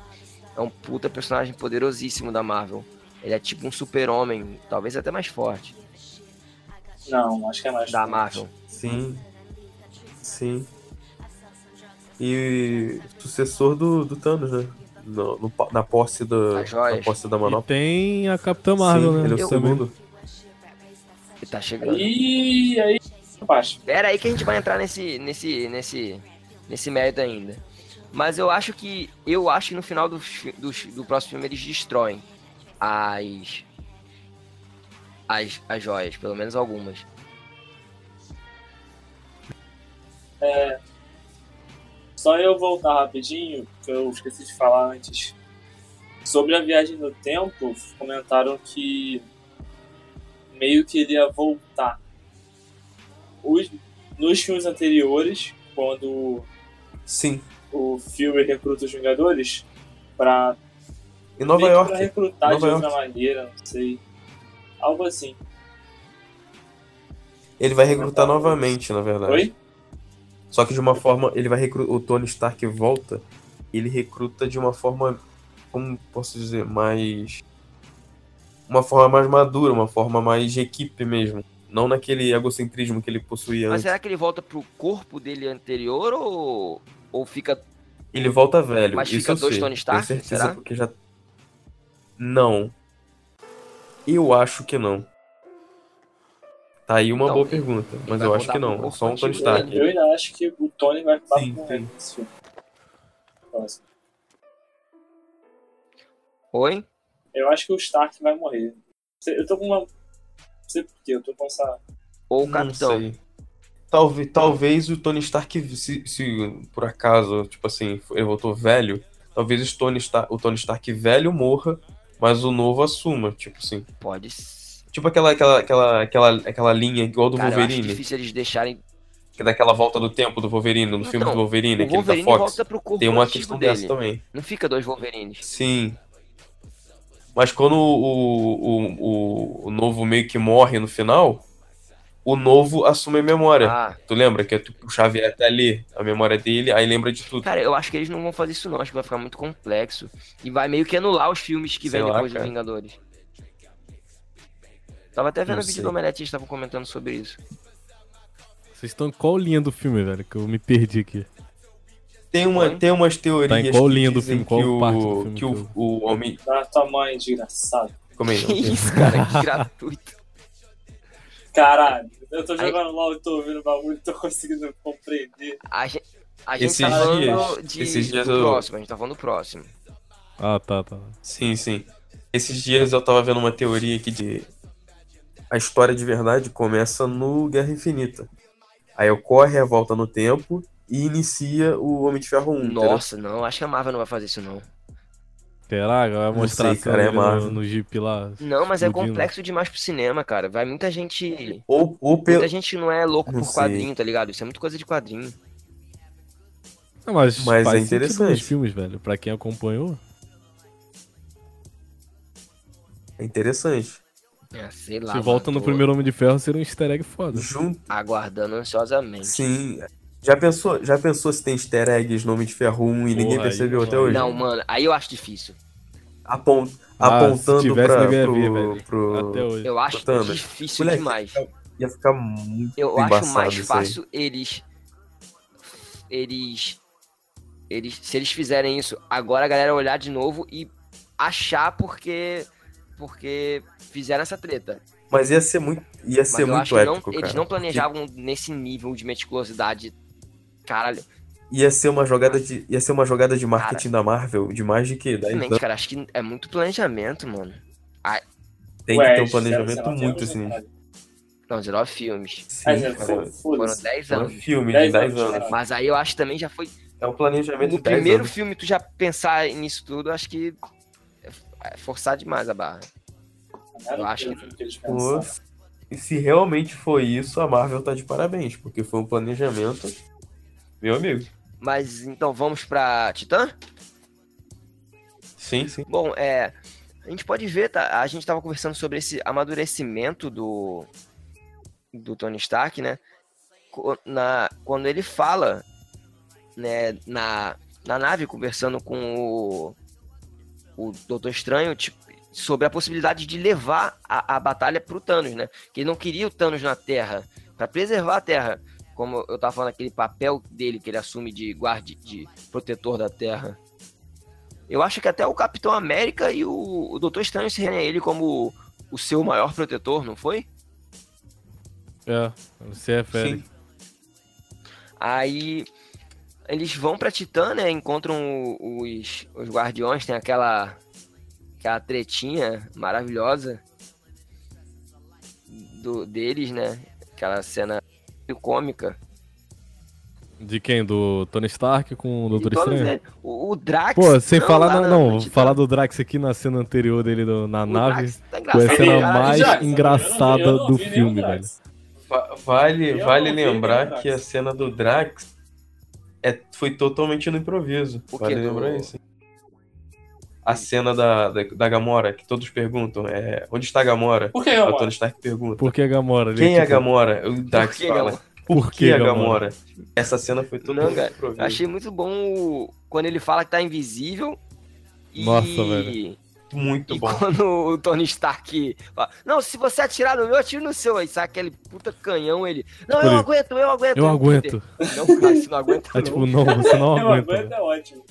é um puta personagem poderosíssimo da Marvel. Ele é tipo um super-homem, talvez até mais forte Não, acho que é mais. da Marvel. Sim. Sim. E sucessor do, do Thanos, né? No, no po- na posse da, Das joias. na posse da E manopla. tem a Capitã Marvel, Sim, né? ele é o Eu- segundo. Ele tá chegando. E aí, rapaz. Pera aí que a gente vai entrar nesse nesse nesse nesse mérito ainda. Mas eu acho que eu acho que no final do, fi- do, fi- do próximo filme eles destroem as as, as joias, pelo menos algumas. Só eu voltar rapidinho, que eu esqueci de falar antes. Sobre a viagem no tempo, comentaram que meio que ele ia voltar. Os- nos filmes anteriores, quando Sim. o filme recruta os Vingadores, pra, Em Nova meio que York. pra recrutar Nova de outra maneira, não sei. Algo assim. Ele vai recrutar novamente, na verdade. Oi? Só que de uma forma, ele vai recrutar. O Tony Stark volta, ele recruta de uma forma, como posso dizer, mais. Uma forma mais madura, uma forma mais de equipe mesmo. Não naquele egocentrismo que ele possuía Mas antes. será que ele volta pro corpo dele anterior ou ou fica Ele volta velho. Mas isso fica eu dois sei. Tony Stark, Tenho certeza será? porque já. Não. Eu acho que não. Tá aí uma Então, boa ele- pergunta, mas vai eu acho voltar que pro não. É corpo só um Tony antigo Stark. Eu ainda acho que o Tony vai acabar Sim, com sim. esse filme. Próximo. Oi? Eu acho que o Stark vai morrer. Eu tô com uma. Não sei porquê, eu tô com essa. Ou o Não capitão? sei. Talvez, talvez o Tony Stark, se, se por acaso, tipo assim, ele voltou velho, talvez o Tony, Stark, o Tony Stark velho morra, mas o novo assuma, tipo assim. Pode s- Tipo aquela, aquela, aquela, aquela, aquela linha igual do Cara, eu acho Wolverine, difícil eles deixarem. que é daquela volta do tempo do Wolverine, no filme Então, do Wolverine, O aquele da Wolverine Fox. volta pro corpo Tem uma antigo questão dele. dessa também. Não fica dois Wolverines. Sim. Mas quando o, o, o, o novo meio que morre no final, o novo assume a memória. Ah, Tu lembra que tu- o Xavier tá ali, a memória dele, aí lembra de tudo. cara, eu acho que eles não vão fazer isso não. Acho que vai ficar muito complexo. E vai meio que anular os filmes que Sei vêm lá, depois cara. dos Vingadores. Tava até vendo o Não vídeo sei. do Omelete, eles estavam comentando sobre isso. Vocês estão em qual linha do filme, velho? Que eu me perdi aqui. é Tem, uma, tem umas teorias Tá em qual linha do filme? dizem Qual que o, parte do filme que o, que o homem... Na tua mãe, desgraçado. Como é? Que isso, cara, que gratuito. Caralho, eu tô Aí- jogando LOL e tô ouvindo o bagulho, tô conseguindo compreender. A gente, a gente Esses tá falando dias- de, esses dias do eu- próximo, a gente tá falando do próximo. Ah, tá, tá. Sim, sim. Esses dias eu tava vendo uma teoria aqui de. A história de verdade começa no Guerra Infinita. Aí ocorre a volta no tempo e inicia o Homem de Ferro 1. entendeu? Nossa, não, acho que a Marvel não vai fazer isso, não. Caraca, vai mostrar sei, a cena cara, é dele no- Marvel. no Jeep lá. Não, mas né? é Explodindo. complexo demais pro cinema, cara. Vai muita gente. Ou, ou pelo. Muita gente não é louco Não por sei. quadrinho, tá ligado? Isso é muito coisa de quadrinho. Ah, mas, Mas faz é sentido Nos interessante. filmes, velho, pra quem acompanhou. É interessante. É, sei lá. se mano, volta no tô primeiro Homem de Ferro, seria um easter egg foda. Junto. Aguardando ansiosamente. Sim. Já pensou, já pensou se tem easter eggs no Homem de Ferro 1 e ninguém Porra, aí, percebeu até mano. hoje? Não, mano, aí eu acho difícil. Apon- Ah, se apontando tivesse, pra, ninguém ia pro, ver, velho. pro- Até hoje. Eu acho Thanos. difícil Moleque, demais. Ia ficar muito Eu embaçado acho mais isso aí. fácil eles. Eles. Eles. Se eles fizerem isso, agora a galera olhar de novo e achar porque. Porque fizeram essa treta. Mas ia ser muito, ia Mas ser eu acho muito que não- épico, eles cara. Tipo- não planejavam nesse nível de meticulosidade. Caralho, Ia ser uma jogada de, ia ser uma jogada de marketing da Marvel de mais de que 10 realmente, anos. cara, acho que é muito planejamento, mano. Tem Ué, que ter isso um era- planejamento sei lá, muito sei assim. lá. Não, 19 filmes. Mas Sim, é, cara. fo- Foram foda-se. 10 É um anos. filme de 10 10 anos, anos. Mas aí eu acho também já foi. É um planejamento No de 10 primeiro anos. filme, tu já pensar nisso tudo, eu acho que. É forçar demais a barra. Eu acho que- que eles Pô, pensaram. E se realmente foi isso, a Marvel tá de parabéns, porque foi um planejamento. Meu amigo. Mas então vamos pra Titã? Sim, sim. Bom, é. A gente pode ver, tá? A gente tava conversando sobre esse amadurecimento do. do Tony Stark, né? Co- Na, quando ele fala, né, na, na nave, conversando com o. o Doutor Estranho, tipo, sobre a possibilidade de levar a, a batalha pro Thanos, né? Que ele não queria o Thanos na Terra, pra preservar a Terra. Como eu tava falando, aquele papel dele que ele assume de guarda, de protetor da Terra. Eu acho que até o Capitão América e o, o Doutor Estranho se renem a ele como o seu maior protetor, não foi? É, você refere. Sim. Aí eles vão pra Titã, né? Encontram o- os, os guardiões, tem aquela, aquela tretinha maravilhosa do, deles, né? Aquela cena meio cômica. De quem? Do Tony Stark com o E Doutor todos Estranho? eles- O, o Drax. Pô, sem falar, lá não, na- não, na Titã. falar do Drax aqui na cena anterior dele do- na O nave. Drax tá Foi a engraçado, cena cara. mais Jackson, eu não- eu não engraçada vi do nenhum filme, velho. Drax. Va- Vale, Eu vale não vi lembrar Drax. que a cena do Drax é, foi totalmente no improviso. O vale quê? Do- lembrar isso. A cena da, da, da Gamora, que todos perguntam, é onde está a Gamora? Por que, O Tony mano? Stark pergunta. Por que a Gamora? Ele, Quem é a tipo, Gamora? O Drax que fala. é Gamora? Por é que a Gamora? Essa cena foi toda Não, cara, Eu achei muito bom o- quando ele fala que tá invisível. E... Nossa, velho. muito E bom. quando o Tony Stark fala, não, se você atirar no meu, atiro no seu. Aí sai aquele puta canhão, ele, não, eu Tipo, aguento, eu aguento. Eu Peter, aguento. Não, cara, você não aguenta É não. tipo, não, você não Eu aguenta. aguento velho. é ótimo.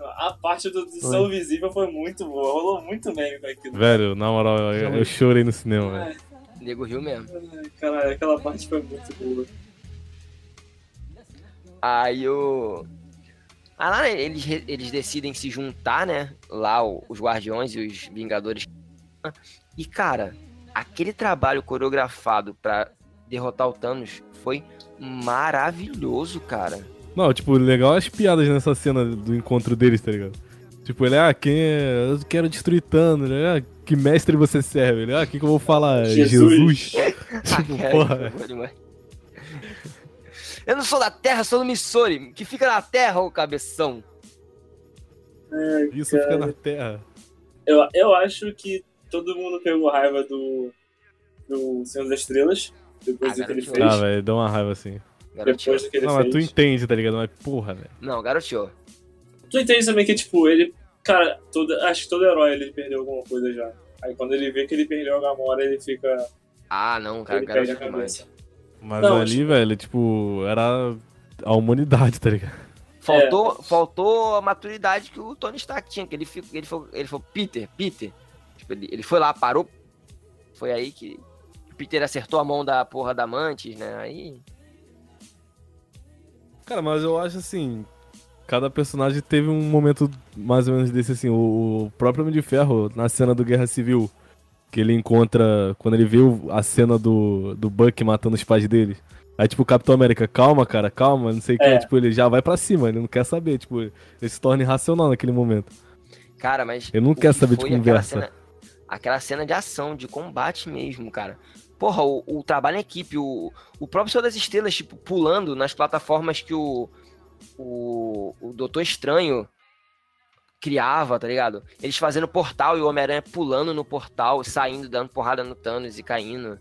A parte do do som visível foi muito boa, rolou muito meme com aquilo. Velho, na moral, eu, eu chorei no cinema, velho. Ai, Nego riu mesmo. Caralho, aquela parte foi muito boa. Aí o... Ah, lá eles, re- eles decidem se juntar, né? Lá o- os Guardiões e os Vingadores. E, cara, aquele trabalho coreografado pra derrotar o Thanos foi maravilhoso, cara. Não, tipo, legal as piadas nessa cena do encontro deles, tá ligado? Tipo, ele, ah, quem é? Eu quero destruir Thanos, né? Ah, que mestre você serve? Ele, ah, o que, que eu vou É, falar? Jesus? Jesus. tipo, Ah, porra. cara, foi demais. Eu não sou da Terra, sou do Missouri, que fica na Terra, ô cabeção. Isso fica na terra. Eu, eu acho que todo mundo pegou raiva do, do Senhor das Estrelas, depois Ah, do que ele garotinho. fez. Ah, velho, dá uma raiva assim. Garoteou. depois do que ele Não, mas tu fez. entende, tá ligado? Mas porra, velho. Não, garoteou. Tu entende também que, tipo, ele. Cara, todo, acho que todo herói ele perdeu alguma coisa já. Aí quando ele vê que ele perdeu a Gamora, ele fica. Ah, não, cara, ele perde a garoteou demais. cabeça. Mas Não, ali, tipo- velho, tipo, era a humanidade, tá ligado? Faltou, faltou a maturidade que o Tony Stark tinha, que ele, fi- ele, foi, ele foi Peter, Peter. Tipo, ele, ele foi lá, parou. Foi aí que o Peter acertou a mão da porra da Mantis, né? Aí. Cara, mas eu acho assim. Cada personagem teve um momento mais ou menos desse, assim. O, o próprio Homem de Ferro, na cena do Guerra Civil, que ele encontra. Quando ele vê o- a cena do, do Buck matando os pais dele. Aí, tipo, o Capitão América, calma, cara, calma, não sei o É. que. Tipo, ele já vai pra cima, ele não quer saber. Tipo, ele se torna irracional naquele momento. Cara, mas. Eu não o quero que saber de foi aquela conversa. cena- aquela cena de ação, de combate mesmo, cara. Porra, o, o trabalho em equipe, o, o próprio Senhor das Estrelas, tipo, pulando nas plataformas que o, o, o Doutor Estranho criava, tá ligado? Eles fazendo portal e o Homem-Aranha pulando no portal, saindo, dando porrada no Thanos e caindo.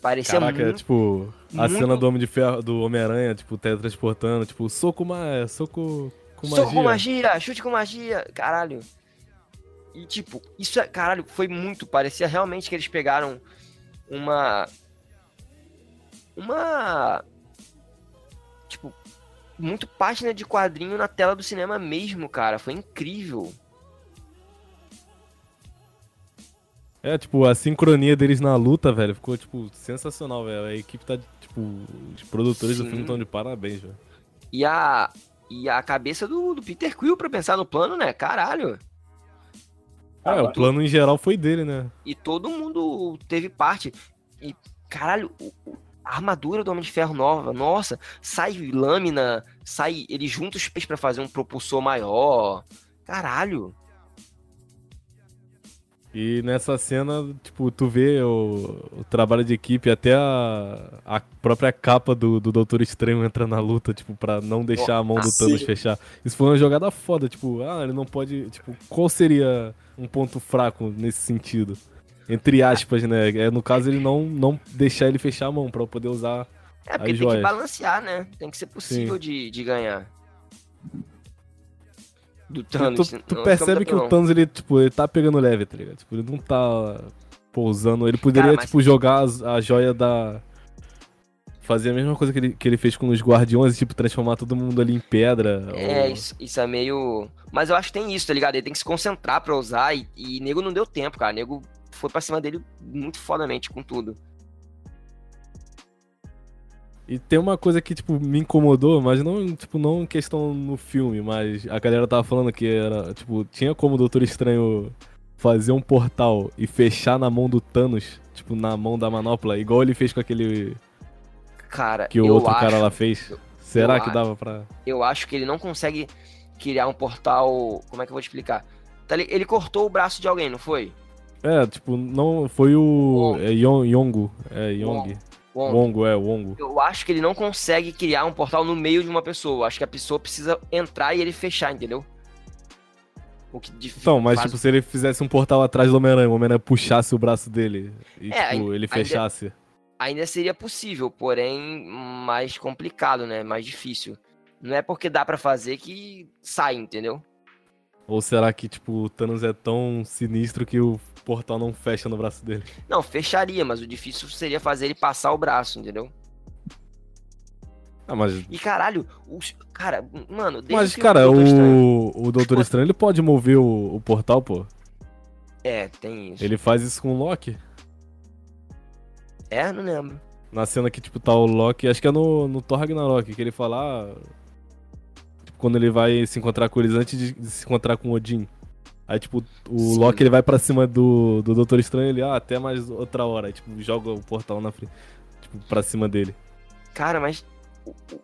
Parecia Caraca, é muito. tipo, a muito- cena do Homem de Ferro, do Homem-Aranha, tipo, teletransportando, tipo, soco, ma... soco com magia. Soco com magia, chute com magia, caralho. E tipo, isso é, caralho, foi muito, parecia realmente que eles pegaram uma uma tipo muito página de quadrinho na tela do cinema mesmo, cara, foi incrível. É, tipo, a sincronia deles na luta, velho, ficou, tipo, sensacional, velho. A equipe tá, tipo, os produtores do Sim. filme estão de parabéns, velho. E a e a cabeça do, do Peter Quill pra pensar no plano, né? Caralho. Ah, É, o plano em geral foi dele, né? E todo mundo teve parte. E, caralho, o- o- a armadura do Homem de Ferro nova, nossa, sai lâmina, sai. Ele junta os pés pra fazer um propulsor maior. Caralho. E nessa cena, tipo, tu vê o, o trabalho de equipe, até a, a própria capa do, do Doutor Estranho entra na luta, tipo, pra não deixar a mão do Nossa, Thanos sim. fechar. Isso foi uma jogada foda, tipo, ah, ele não pode. Tipo, qual seria um ponto fraco nesse sentido? Entre aspas, né? É, no caso, ele não, não deixar ele fechar a mão pra eu poder usar. É porque tem joias. que balancear, né? Tem que ser possível de, de ganhar. Do E Thanos. tu não, tu não percebe tem que o não. Thanos, ele, tipo, ele tá pegando leve, tá ligado? Tipo, ele não tá pousando. Ele poderia, Cara, mas- tipo, jogar as- a joia da. Fazer a mesma coisa que ele, que ele fez com os Guardiões, tipo, transformar todo mundo ali em pedra. É, ou- isso, isso é meio. Mas eu acho que tem isso, tá ligado? Ele tem que se concentrar pra usar e, e nego não deu tempo, cara. Nego foi pra cima dele muito fodamente com tudo. E tem uma coisa que, tipo, me incomodou, mas não, tipo, não em questão no filme, mas a galera tava falando que era, tipo, tinha como o Doutor Estranho fazer um portal e fechar na mão do Thanos, tipo, na mão da manopla, igual ele fez com aquele Cara, que o eu outro cara acho- lá fez. Será que acho. dava pra. eu acho que ele não consegue criar um portal. Como é que eu vou te explicar? Tá li- Ele cortou o braço de alguém, não foi? É, tipo, não. Foi o. É Yon- Yongo. É, Yong. Wong. Wongo, é, Wongo. Eu acho que ele não consegue criar um portal no meio de uma pessoa. Eu Acho que a pessoa precisa entrar e ele fechar, entendeu? O que difícil. Então, mas tipo, se ele fizesse um portal atrás do Homem-Aranha, o Homem-Aranha puxasse o braço dele e, É, tipo, ai- ele ainda- fechasse. ainda seria possível, porém mais complicado, né? Mais difícil. Não é porque dá pra fazer que sai, entendeu? Ou será que, tipo, o Thanos é tão sinistro que o portal não fecha no braço dele? Não, fecharia, mas o difícil seria fazer ele passar o braço, entendeu? Ah, mas. E caralho, os... cara, mano, desde Mas, que cara, Doutor Estranho- o, o Doutor Estranho ele pode mover o, o portal, pô. É, tem isso. Ele faz isso com o Loki. É, não lembro. Na cena que, tipo, tá o Loki, acho que é no, no Thor Ragnarok, que ele fala. ah, Tipo, quando ele vai se encontrar com eles antes de de se encontrar com o Odin. Aí, tipo, o Sim. Loki ele vai pra cima do, do Doutor Estranho ele, ah, até mais outra hora. Aí, tipo, joga o portal na frente, tipo, pra cima dele. Cara, mas o, o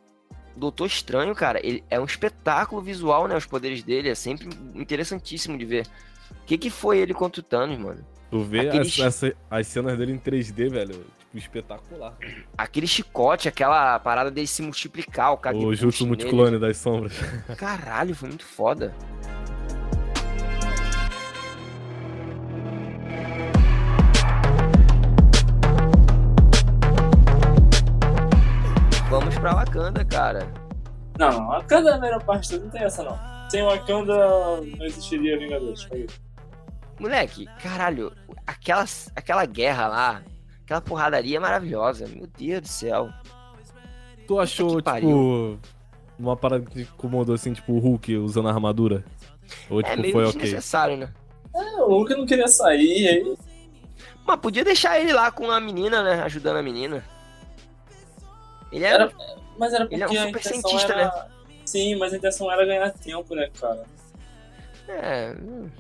Doutor Estranho, cara, ele é um espetáculo visual, né? Os poderes dele é sempre interessantíssimo de ver. O que, que foi ele contra o Thanos, mano? Tu vê Aquele as, chi- essa- as cenas dele em 3D, velho, tipo, espetacular. Aquele chicote, aquela parada dele se multiplicar, o cara o Jutsu Multiclone das Sombras. Caralho, foi muito foda. Vamos pra Wakanda, cara. Não, Wakanda é a melhor parte, não tem essa não. Sem Wakanda não existiria Vingadores. foi isso. Moleque, caralho, aquela, aquela guerra lá, Aquela porradaria é maravilhosa. Meu Deus do céu. Tu achou, que pariu. tipo, uma parada que te incomodou, assim, tipo, o Hulk usando a armadura? Ou, É tipo, meio foi ok? desnecessário, né? É, o Luke não queria sair, aí Mas podia deixar ele lá com a menina, né? Ajudando a menina. Ele era. Era- Mas era Ele porque é um a super intenção cientista, né? era... Sim, mas a intenção era ganhar tempo, né, cara? É,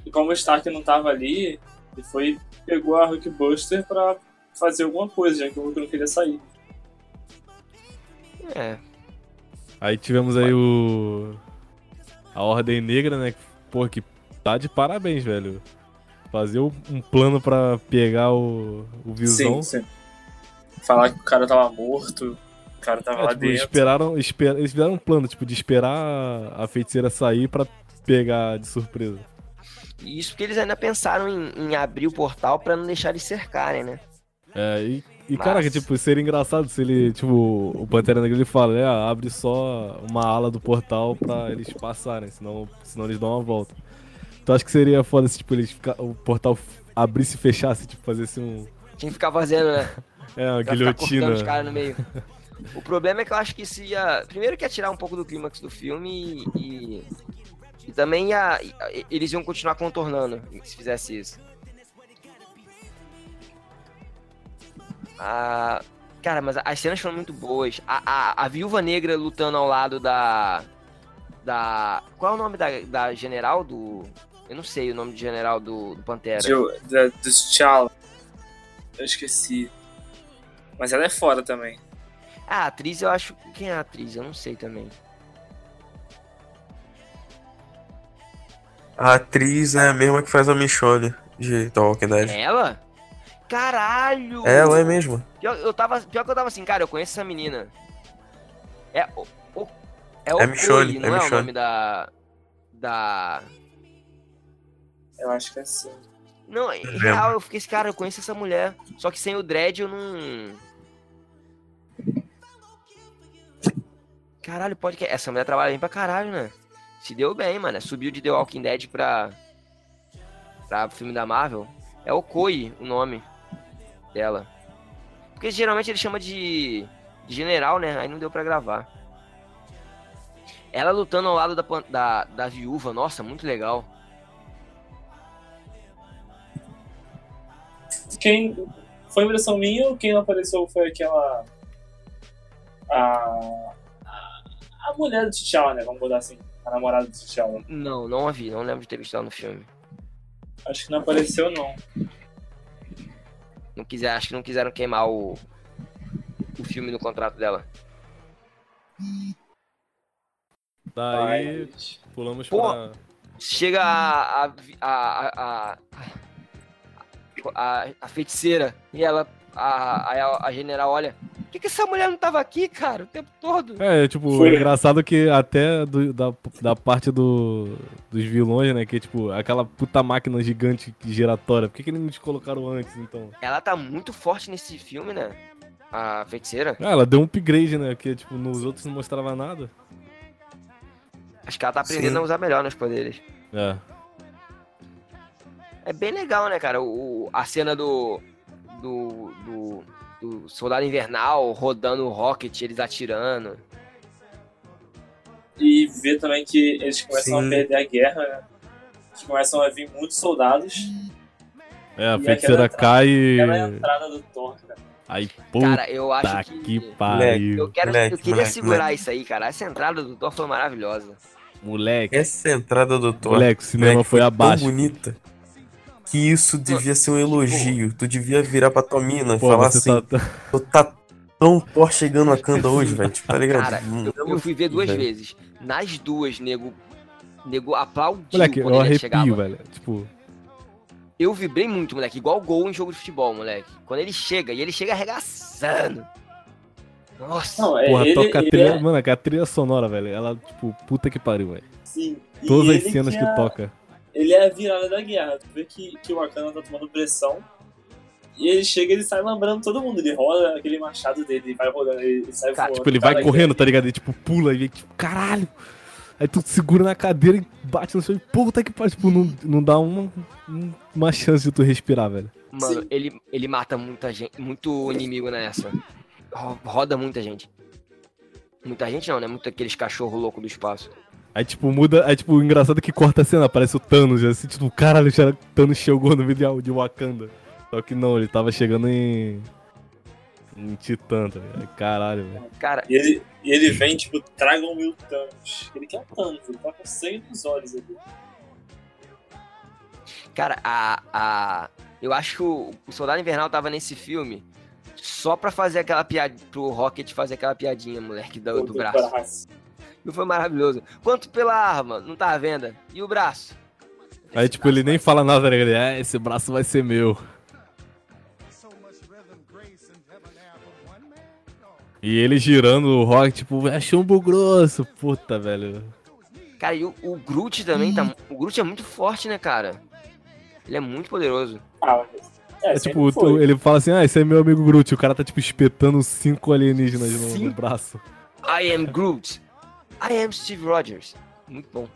E como o Stark não tava ali, ele foi pegou a Hulk Buster pra fazer alguma coisa, já que o Hulk não queria sair. é. Aí tivemos aí o. A Ordem Negra, né? Pô, que tá de parabéns, velho. Fazer um um plano pra pegar o, o Visão. Sim, sim. Falar que o cara tava morto, o cara tava É, lá tipo, dentro. esperaram, esper- eles fizeram um plano, tipo, de esperar a feiticeira sair pra pegar de surpresa. E isso porque eles ainda pensaram em, em abrir o portal pra não deixar eles cercarem, né? É, e, e Mas- caraca, tipo, seria engraçado se ele, tipo, o Pantera Negra ele fala, né, ah, abre só uma ala do portal pra eles passarem, senão, senão eles dão uma volta. Então acho que seria foda se, tipo, eles fica- o portal f- abrisse e fechasse, tipo, fazesse um, Tinha que ficar fazendo, né? é, uma Pra ficar cortando os guilhotina. caras no meio. O problema é que eu acho que isso ia. Primeiro que ia tirar um pouco do clímax do filme e. e- e também ia, e- eles iam continuar contornando se fizesse isso. Ah, cara, mas as cenas foram muito boas. A, a, a viúva negra lutando ao lado da. Da. Qual é o nome da, da general do. Eu não sei o nome de general do, do Pantera. De- da- dos tchau. Eu esqueci. Mas ela é fora também. Ah, a atriz eu acho. Quem é a atriz? Eu não sei também. A atriz é a mesma que faz a Michonne de The Walking É. Dead. Ela? Caralho! Ela é mesmo. Pior, eu tava, pior que eu tava assim, cara, eu conheço essa menina. É o. o- é o É Michonne, Cole, é não é, o Michonne. nome da. Da. Eu acho que é assim. Não, em lembro. real, eu fiquei assim, cara, eu conheço essa mulher. Só que sem o dread eu não. Caralho, pode que. Essa mulher trabalha bem pra caralho, né? Se deu bem, mano. né? Subiu de The Walking Dead pra. pra filme da Marvel. É o Koi o nome dela. Porque geralmente ele chama de. de general, né? Aí não deu pra gravar. Ela lutando ao lado da, pan- da, da viúva, nossa, muito legal. Quem. Foi impressão minha ou quem não apareceu foi aquela. A. a- A mulher do T'Challa, né? Vamos botar assim. A namorada do T'Challa. Não, não a vi, não lembro de ter visto ela no filme. Acho que não apareceu, não. Não quiser, acho que não quiseram queimar o, o filme no contrato dela. Daí Mas- pulamos Pô. pra... Chega a. a. a. a, a, a feiticeira e ela. A, a, a general olha. Por que, que essa mulher não tava aqui, cara, o tempo todo? É, tipo, Foi. engraçado que até do- da, da parte do, dos vilões, né, que é, tipo, aquela puta máquina gigante giratória, por que, que eles não te colocaram antes, então? Ela tá muito forte nesse filme, né? A feiticeira. Ah, ela deu um upgrade, né? Que, tipo, nos outros não mostrava nada. Acho que ela tá aprendendo Sim. a usar melhor nos poderes. É. É bem legal, né, cara? O, a cena do. do. do, do soldado invernal rodando o rocket, eles atirando. E ver também que eles começam Sim. a perder a guerra, né? Que começam a vir muitos soldados. É, a E feiticeira aquela entrada- cai Aquela é a e. entrada do Thor, cara. Aí, puta Cara, eu acho que que Eu, pariu. quero, Moleque, eu queria moleque, segurar isso aí, cara. Essa entrada do Thor foi maravilhosa. Moleque. Essa é entrada do Thor. Moleque, o cinema moleque, foi abaixo. Tão bonita. Que isso devia ser um elogio. Tu devia virar pra tua mina e Pô, falar você assim: tá- Tu tá tão Thor chegando a Kanda hoje, velho. Tipo, tá ligado? Cara, Hum. eu, eu fui ver duas velho. vezes. Nas duas, nego, nego aplaudiu Moleque, quando ele eu arrepio, chegava. velho. Tipo, Eu vibrei muito, moleque. Igual gol em jogo de futebol, moleque. Quando ele chega, e ele chega arregaçando. Nossa. Não, é, porra, ele, toca a ele trilha. é, Mano, a trilha sonora, velho. Ela, tipo, puta que pariu, velho. sim. E Todas as ele cenas que é- toca. Tipo, Ele é a virada da guerra. Tu vê que, que o Wakanda tá tomando pressão. E ele chega e ele sai lembrando todo mundo. Ele rola aquele machado dele, ele vai rolando, ele, ele sai Cara, voando. Tipo, ele vai Cara, correndo, tá ligado? E, tipo, pula e, tipo, caralho. Aí tu segura na cadeira e bate no chão e puta que pariu. Tipo, não, não dá uma, um- uma chance de tu respirar, velho. Mano, ele, ele mata muita gente, muito inimigo nessa. Ro- Roda muita gente. Muita gente não, né? Muito aqueles cachorro louco do espaço. Aí, tipo, muda. Aí, tipo, o engraçado é que corta a cena, aparece o Thanos, assim, tipo, caralho, o Thanos chegou no vídeo de Wakanda. Só que não, ele tava chegando em. Em Titã, tá ligado? Caralho, velho. Cara, E ele, e ele vem, tipo, tragam meu Thanos. Ele quer o Thanos, ele tá com sangue nos olhos ali. cara, a. a eu acho que o, o Soldado Invernal tava nesse filme só pra fazer aquela piada. Pro Rocket fazer aquela piadinha, moleque, É do, do braço. Não foi maravilhoso. Quanto pela arma, não tá à venda. E o braço? Aí, tipo, ele nem fala nada, né? Ele, é, esse braço vai ser meu. E ele girando o rock, tipo, é chumbo grosso. Puta, velho. Cara, e o, o Groot também tá. O Groot é muito forte, né, cara? Ele é muito poderoso. Ah, é, É, tipo, tu- foi. ele fala assim, ah, esse é meu amigo Groot. O cara tá, tipo, espetando cinco alienígenas no- no, Cinco? braço. I am Groot. I am Steve Rogers. Muito bom.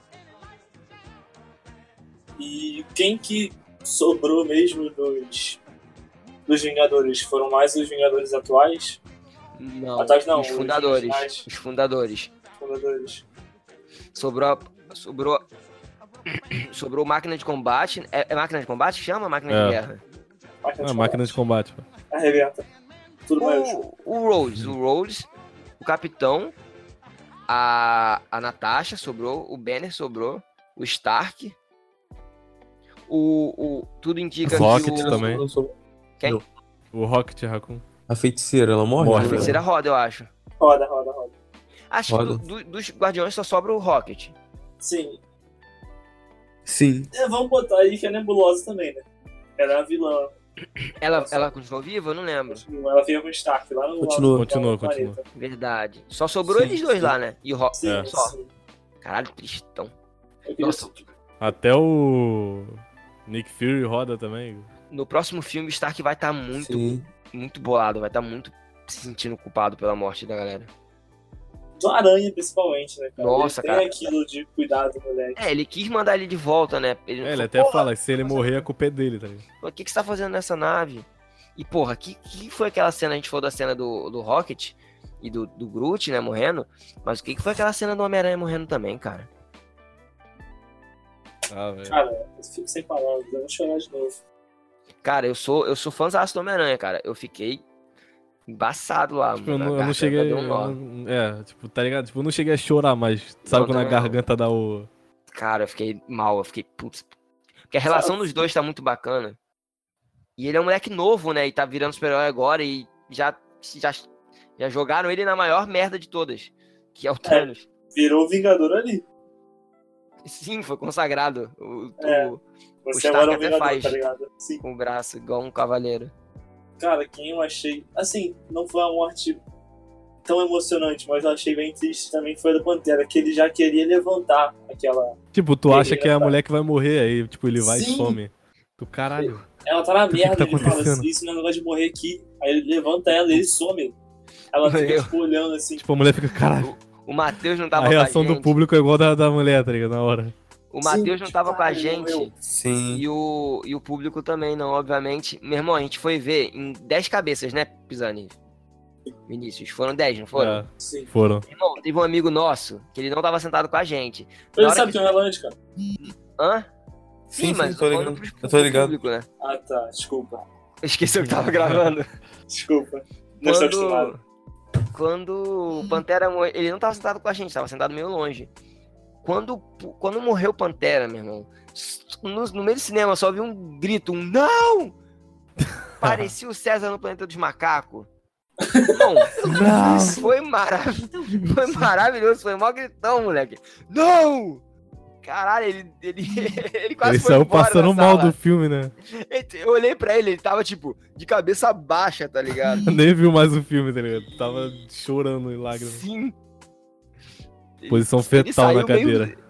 E quem que sobrou mesmo dos, dos Vingadores? Foram mais os Vingadores atuais? Não, Atrás não, os os fundadores. originais. Os fundadores. Vingadores. Sobrou. Sobrou. Sobrou máquina de combate. É, é máquina de combate? que Chama máquina É. de guerra. Máquina É, máquina de combate. pô. combate. Arrebenta. Tudo maiúsculo. O, o Rhodes. O Rhodes. O Capitão. A, a Natasha sobrou. O Banner sobrou. O Stark. O. o tudo indica Rocket que o. também. Eu sou- O Rocket Raccoon. A feiticeira, ela morre? Morre. A né? feiticeira roda, eu acho. Roda, roda, roda. Acho que Roda. do- do- dos Guardiões só sobra o Rocket. Sim. Sim. É, vamos botar aí que é nebulosa também, né? Era a vilã. Ela, Nossa. ela continuou viva? Eu não lembro. Ela veio com o Stark lá no. Continua, lá no continua, planeta. Verdade. Só sobrou Sim, eles dois sim. lá, né? E o Rocket. Sim, É. Só. sim. Caralho, tristão. Eu queria- Nossa, Até o. Nick Fury roda também. no próximo filme o Stark vai estar muito, Sim. muito bolado, vai estar muito se sentindo culpado pela morte da galera. Do Aranha, principalmente, né, cara? Nossa, Ele cara. Tem aquilo de cuidado, moleque. É, ele quis mandar ele de volta, né? Ele, É, ele falou, até "Porra, fala que se ele morrer, a culpa é dele, tá ligado? O que, que você tá fazendo nessa nave? E, porra, que, que foi aquela cena? A gente falou da cena do, do Rocket e do, do Groot, né, morrendo. Mas o que, que foi aquela cena do Homem-Aranha morrendo também, cara? Ah, Tipo, velho. Cara, eu fico sem palavras, eu vou chorar de novo. Cara, eu sou, eu sou fãzão do Homem-Aranha, cara. Eu fiquei embaçado lá. Tipo, eu mano. A não, eu não garganta cheguei. deu um eu nó. não- é, tipo, tá ligado? Tipo, eu não cheguei a chorar, mas sabe Não, quando também a não. garganta dá o. Cara, eu fiquei mal, eu fiquei. Putz. Porque a relação dos dois tá muito bacana. E ele é um moleque novo, né? E tá virando super-herói agora e já, já, já jogaram ele na maior merda de todas. Que é o Thanos. Virou o Vingador ali. Sim, foi consagrado. O, o- É. O Você agora é Stark o até Vingador, faz. tá ligado? Sim. com o braço, igual um cavaleiro. Cara, quem eu achei. Assim, não foi uma morte tão emocionante, mas eu achei bem triste também foi a do Pantera, que ele já queria levantar aquela. Tipo, tu Ele acha que é a mulher que vai morrer, aí, tipo, ele vai Sim. e some. Tu, caralho. Ela tá na O que merda, que tá ele fala acontecendo? assim, isso não é negócio de morrer aqui. Aí ele levanta ela e ele some. Ela fica Meu. tipo, olhando assim, Tipo, a mulher fica, caralho. O Matheus não A tava com a reação gente. do público é igual da, da mulher, tá ligado? Na hora. O Matheus não Gente, tava com a caralho, gente. morreu. Hum. Sim. E o, e o público também não, obviamente. Meu irmão, a gente foi ver em 10 cabeças, né, Pisani? Vinícius, foram 10, não foram? É, assim. foram. Irmão, teve um amigo nosso que ele não tava sentado com a gente. Na Ele hora sabe que- que não é Lange, cara. Hã? Sim, sim, mas tô falando ligado. pro- Eu tô pro ligado. Público, né? Ah tá, desculpa. Esqueceu que tava gravando. Desculpa. Não estou acostumado. Quando, quando o Pantera morreu, ele não tava sentado com a gente, tava sentado meio longe. Quando, quando morreu o Pantera, meu irmão, no, no meio do cinema eu só vi um grito, um não! Parecia o César no Planeta dos Macacos. Não, Não! foi maravilhoso. Foi maravilhoso, foi mó gritão, moleque. Não! Caralho, ele, ele, ele quase Ele foi saiu embora da passando mal sala. do filme, né? Ele- Eu olhei pra ele, ele tava, tipo, de cabeça baixa, tá ligado? Nem viu mais o filme, tá ligado? Tava chorando em lágrimas. Sim. Posição fetal na cadeira. Meio...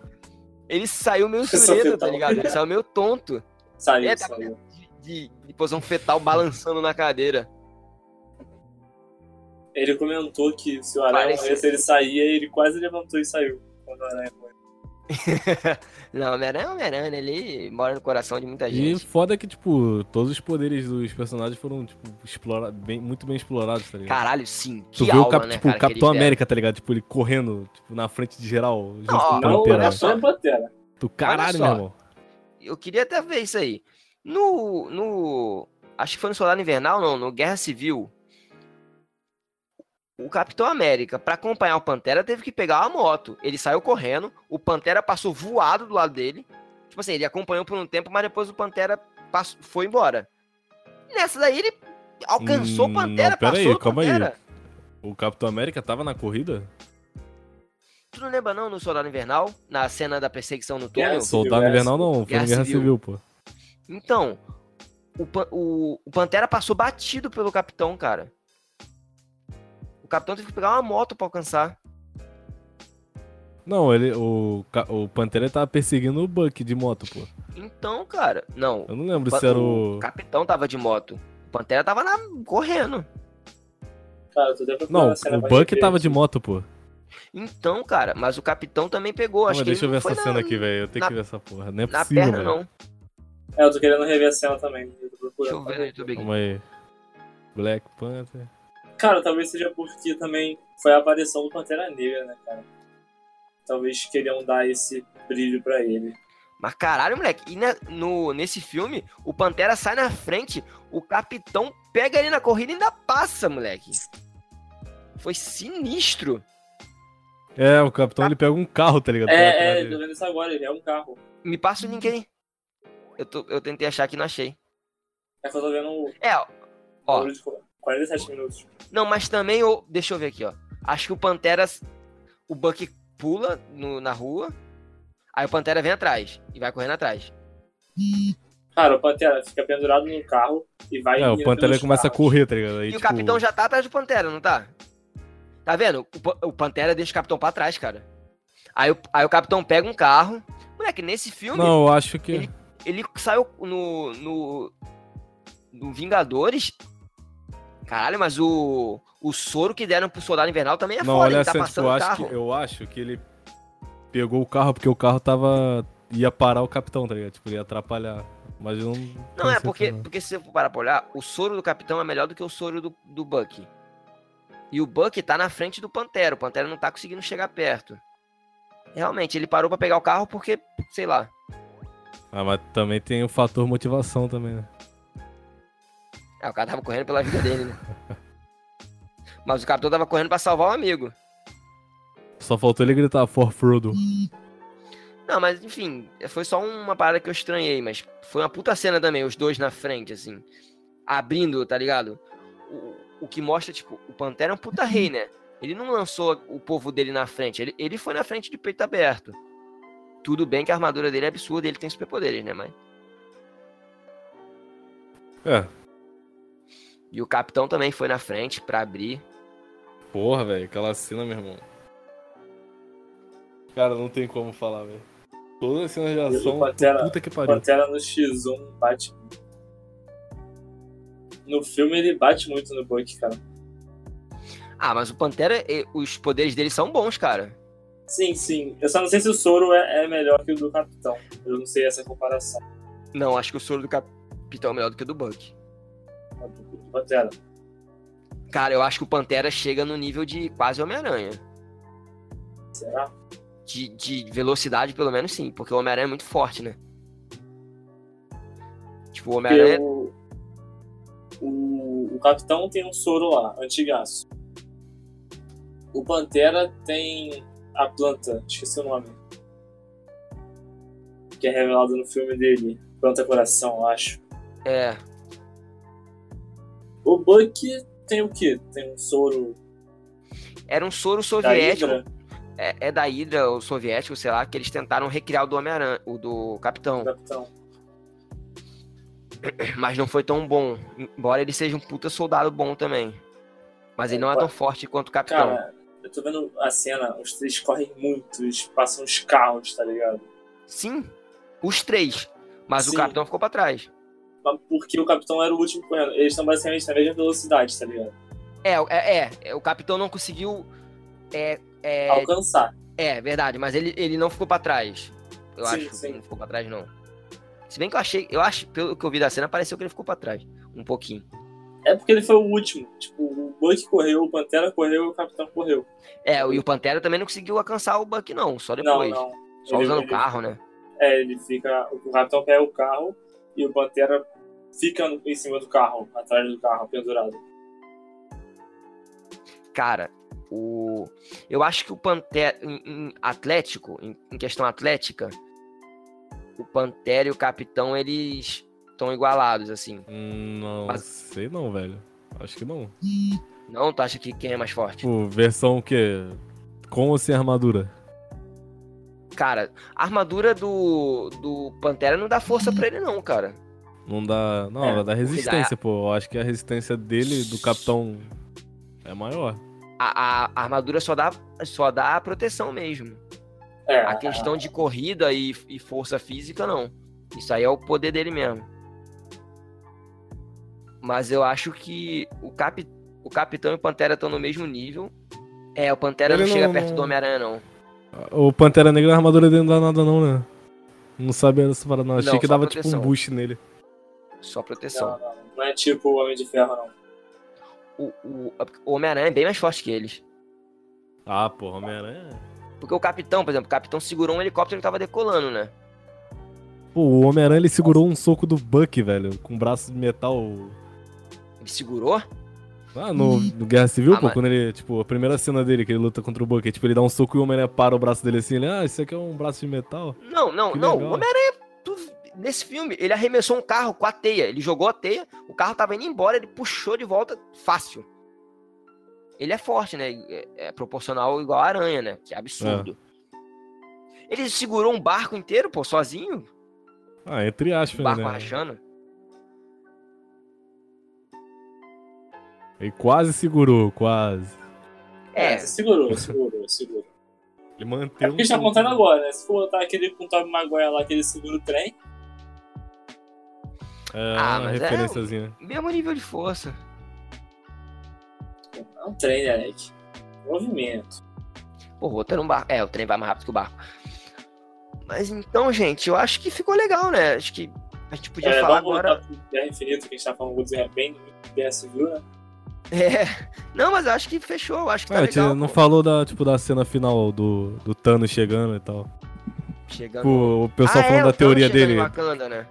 Ele saiu meio Posição surdo, tá fetal. ligado? Ele saiu meio tonto. Saiu, É, tá- saiu. De, de posição fetal balançando na cadeira. Ele comentou que se o Aranha Parece- morresse, ele saía, ele quase levantou e saiu. Quando o Aranha morreu. Não, Homem-Aranha é Homem-Aranha, ele mora no coração de muita E gente. foda que, tipo, todos os poderes dos personagens foram, tipo, explora... bem, muito bem explorados, tá ligado? Caralho, sim. Que tu vê aula, o Cap- né, tipo, cara, o que Capitão eles deram. América, tá ligado? Tipo, ele correndo, tipo, na frente de geral, junto ó, com o Não, Não, Pantera. é né? só. só é Pantera. Tu caralho, só. meu irmão. Eu queria até ver isso aí. No. no acho que foi no Soldado Invernal, não, no Guerra Civil. O Capitão América, pra acompanhar o Pantera, teve que pegar uma moto. Ele saiu correndo, o Pantera passou voado do lado dele. Tipo assim, ele acompanhou por um tempo, mas depois o Pantera passou, foi embora. Nessa daí ele alcançou Hum, o Pantera, não, pera passou aí, o calma aí. Pantera. O Capitão América tava na corrida? Tu não lembra não no Soldado Invernal? Na cena da perseguição no túnel? Guerra Civil, Soldado Guerra Invernal não, foi Guerra no Guerra Civil. Civil, pô. Então, o, Pan- o- o Pantera passou batido pelo Capitão, cara. O Capitão teve que pegar uma moto pra alcançar. Não, ele, o, Ca- o Pantera ele tava perseguindo o Buck de moto, pô. Então, cara, não. Eu não lembro Pa- se era o. Capitão tava de moto. O Pantera tava na- correndo. Cara, eu tô até procurando Não, a cena o pra Buck rever. tava de moto, pô. Então, cara, mas o Capitão também pegou. Acho Calma, que ele deixa eu ver não foi essa na- cena aqui, velho. Eu tenho na- que ver essa porra. Não é Na possível, perna, velho. não. É, eu tô querendo rever a cena também. Eu tô Deixa eu procurando. ver no YouTube aqui. Calma aí. Black Panther. Cara, talvez seja porque também foi a aparição do Pantera Negra, né, cara? Talvez queriam dar esse brilho pra ele. Mas caralho, moleque. E na- no, nesse filme, o Pantera sai na frente, o capitão pega ele na corrida e ainda passa, moleque. Foi sinistro. É, o Capitão ele pega um carro, tá ligado? Pra É, atrás é, dele. tô vendo isso agora, ele é um carro. Me passa o link aí. Eu, tô- eu tentei achar aqui, não achei. É que eu tô vendo o É, ó. Ó. o de 47 minutos. Não, mas também, eu, deixa eu ver aqui, ó. Acho que o Pantera. O Buck pula no- na rua. Aí o Pantera vem atrás e vai correndo atrás. Cara, o Pantera fica pendurado num carro e vai. É, o indo Pantera pelos começa a carros. correr, tá ligado? Aí, E o tipo, capitão já tá atrás do Pantera, não tá? Tá vendo? O, Pa- o Pantera deixa o capitão pra trás, cara. Aí, o- aí o capitão pega um carro. Moleque, nesse filme, Não, eu acho que. ele saiu no, no. No Vingadores. Caralho, mas o. O soro que deram pro soldado invernal também é não, foda, olha ele tá essa, tipo, passando eu o acho, carro. que, eu acho que ele pegou o carro porque o carro tava. ia parar o capitão, tá ligado? Tipo, ia atrapalhar. Mas eu não. assim, Não, é sei porque, como porque se você for parar pra olhar, o soro do capitão é melhor do que o soro do, do Buck. E o Buck tá na frente do Pantera. O Pantera não tá conseguindo chegar perto. Realmente, ele parou pra pegar o carro porque, sei lá. Ah, mas também tem o fator motivação também, né? É, o cara tava correndo pela vida dele, né? Mas o capitão tava correndo pra salvar o amigo. Só faltou ele gritar for Frodo. Não, mas enfim, foi só uma parada que eu estranhei, mas foi uma puta cena também, os dois na frente, assim. Abrindo, tá ligado? O, o que mostra, tipo, o Pantera é um puta rei, né? Ele não lançou o povo dele na frente, ele, ele foi na frente de peito aberto. Tudo bem que a armadura dele é absurda, ele tem superpoderes, né, mas. É. E o capitão também foi na frente pra abrir. Porra, velho, aquela cena, meu irmão. Cara, não tem como falar, velho. Todas as cenas de ação. Pantera- puta que O pariu. Pantera no X1 bate. No filme ele bate muito no Buck, cara. Ah, mas o Pantera, eh, os poderes dele são bons, cara. Sim, sim. Eu só não sei se o Soro é, é melhor que o do Capitão. Eu não sei essa comparação. Não, acho que o soro do capitão é melhor do que o do Buck. do- do Pantera. Cara, eu acho que o Pantera chega no nível de quase Homem-Aranha. Será? De, de velocidade, pelo menos, sim. Porque o Homem-Aranha é muito forte, né? Tipo, o Porque Homem-Aranha... o, o, o Capitão tem um soro lá, antigaço. O Pantera tem a planta, esqueci o nome. Que é revelado no filme dele. Planta Coração, eu acho. É... O Buck tem o quê? Tem um soro Era um soro da soviético. Hydra? É, é da Hydra, ou soviético, sei lá, que eles tentaram recriar o do Homem-Aranha, o do Capitão. Capitão. Mas não foi tão bom. Embora ele seja um puta soldado bom também. Mas ele não é tão forte quanto o Capitão. Cara, eu tô vendo a cena, os três correm muito, eles passam os carros, tá ligado? Sim, os três. Mas o Sim. Capitão ficou pra trás. Mas Porque o Capitão era o último correndo. Eles estão basicamente na mesma velocidade, tá ligado? É, é, é, é, o Capitão não conseguiu é, é, Alcançar. É, verdade, mas ele, ele não ficou pra trás. Eu Sim, acho sim. que não ficou pra trás, não. Se bem que eu achei, eu acho, pelo que eu vi da cena, pareceu que ele ficou pra trás. Um pouquinho. É porque ele foi o último. Tipo, o Buck correu, o Pantera correu e o Capitão correu. É, e o Pantera também não conseguiu alcançar o Buck, não, só Não, depois. não. Só Ele- usando o ele- carro, né? É, ele fica. O Capitão pega o carro e o Pantera fica no- em cima do carro, atrás do carro, pendurado. Cara, o. Eu acho que o Pantera. Em, em Atlético, em, em questão atlética, o Pantera e o Capitão, eles estão igualados, assim. Hum, Não, Mas- sei não, velho. Acho que não. Não, tu acha que quem é mais forte? Tipo, versão o quê? Com ou sem armadura? Cara, a armadura do, do Pantera não dá força pra ele, não, cara. Não dá. Não, É, ela porque dá dá- resistência, pô. Eu acho que a resistência dele, do capitão, é maior. A, a- a armadura só dá, só dá proteção mesmo. É, A questão de corrida e, e força física, não. Isso aí é o poder dele mesmo. Mas eu acho que o, cap, o Capitão e o Pantera estão no mesmo nível. É, o Pantera Ele não chega não- perto não- do Homem-Aranha, não. O Pantera Negra na armadura dele não dá nada, não, né? Não sabia dessa parada, não. Achei Não, que só dava tipo proteção. um boost nele. Só proteção. não, não, não é tipo o Homem de Ferro, não. O, o- o Homem-Aranha é bem mais forte que eles. Ah, pô, Homem-Aranha. Porque o Capitão, por exemplo, o Capitão segurou um helicóptero que tava decolando, né? Pô, o Homem-Aranha ele segurou um soco do Buck, velho, com um braço de metal. Ele segurou? Ah, no, no Guerra Civil, Ah, pô, mas- quando ele, tipo, a primeira cena dele que ele luta contra o Buck, é, tipo, ele dá um soco e o Homem-Aranha para o braço dele assim, ele, ah, isso aqui é um braço de metal. Não, não, Que não. legal. O Homem-Aranha, tu- nesse filme, ele arremessou um carro com a teia. Ele jogou a teia, o carro tava indo embora, ele puxou de volta fácil. Ele é forte, né? É, é proporcional igual a aranha, né? Que absurdo. Ele segurou um barco inteiro, pô, sozinho. Ah, entre O aspas, barco né? rachando. Ele quase segurou, quase. É, Segurou, segurou, segurou. Ele manteve. É porque a gente tá contando agora, né? Se for botar aquele com o Tobey Maguire lá, aquele segura o trem, É, Ah, uma mas é- referenciazinha. mesmo nível de força. é um trem, né, Nick? Movimento. Pô, roteiro um barco. É, o trem vai mais rápido que o barco. Mas então, gente, eu acho que ficou legal, né? Acho que a gente podia É, falar vamos agora. voltar pro Guerra Infinita, que a gente tá falando do Guerra bem do Guerra Civil, né? É. Não, mas eu acho que fechou, eu acho que tá Ah, a gente legal. não pô. falou da, tipo, da cena final do, do Thanos chegando e tal. Chegando. Tipo, o pessoal Tá Ah, é, falando o da Thanos teoria chegando em dele. Wakanda, né?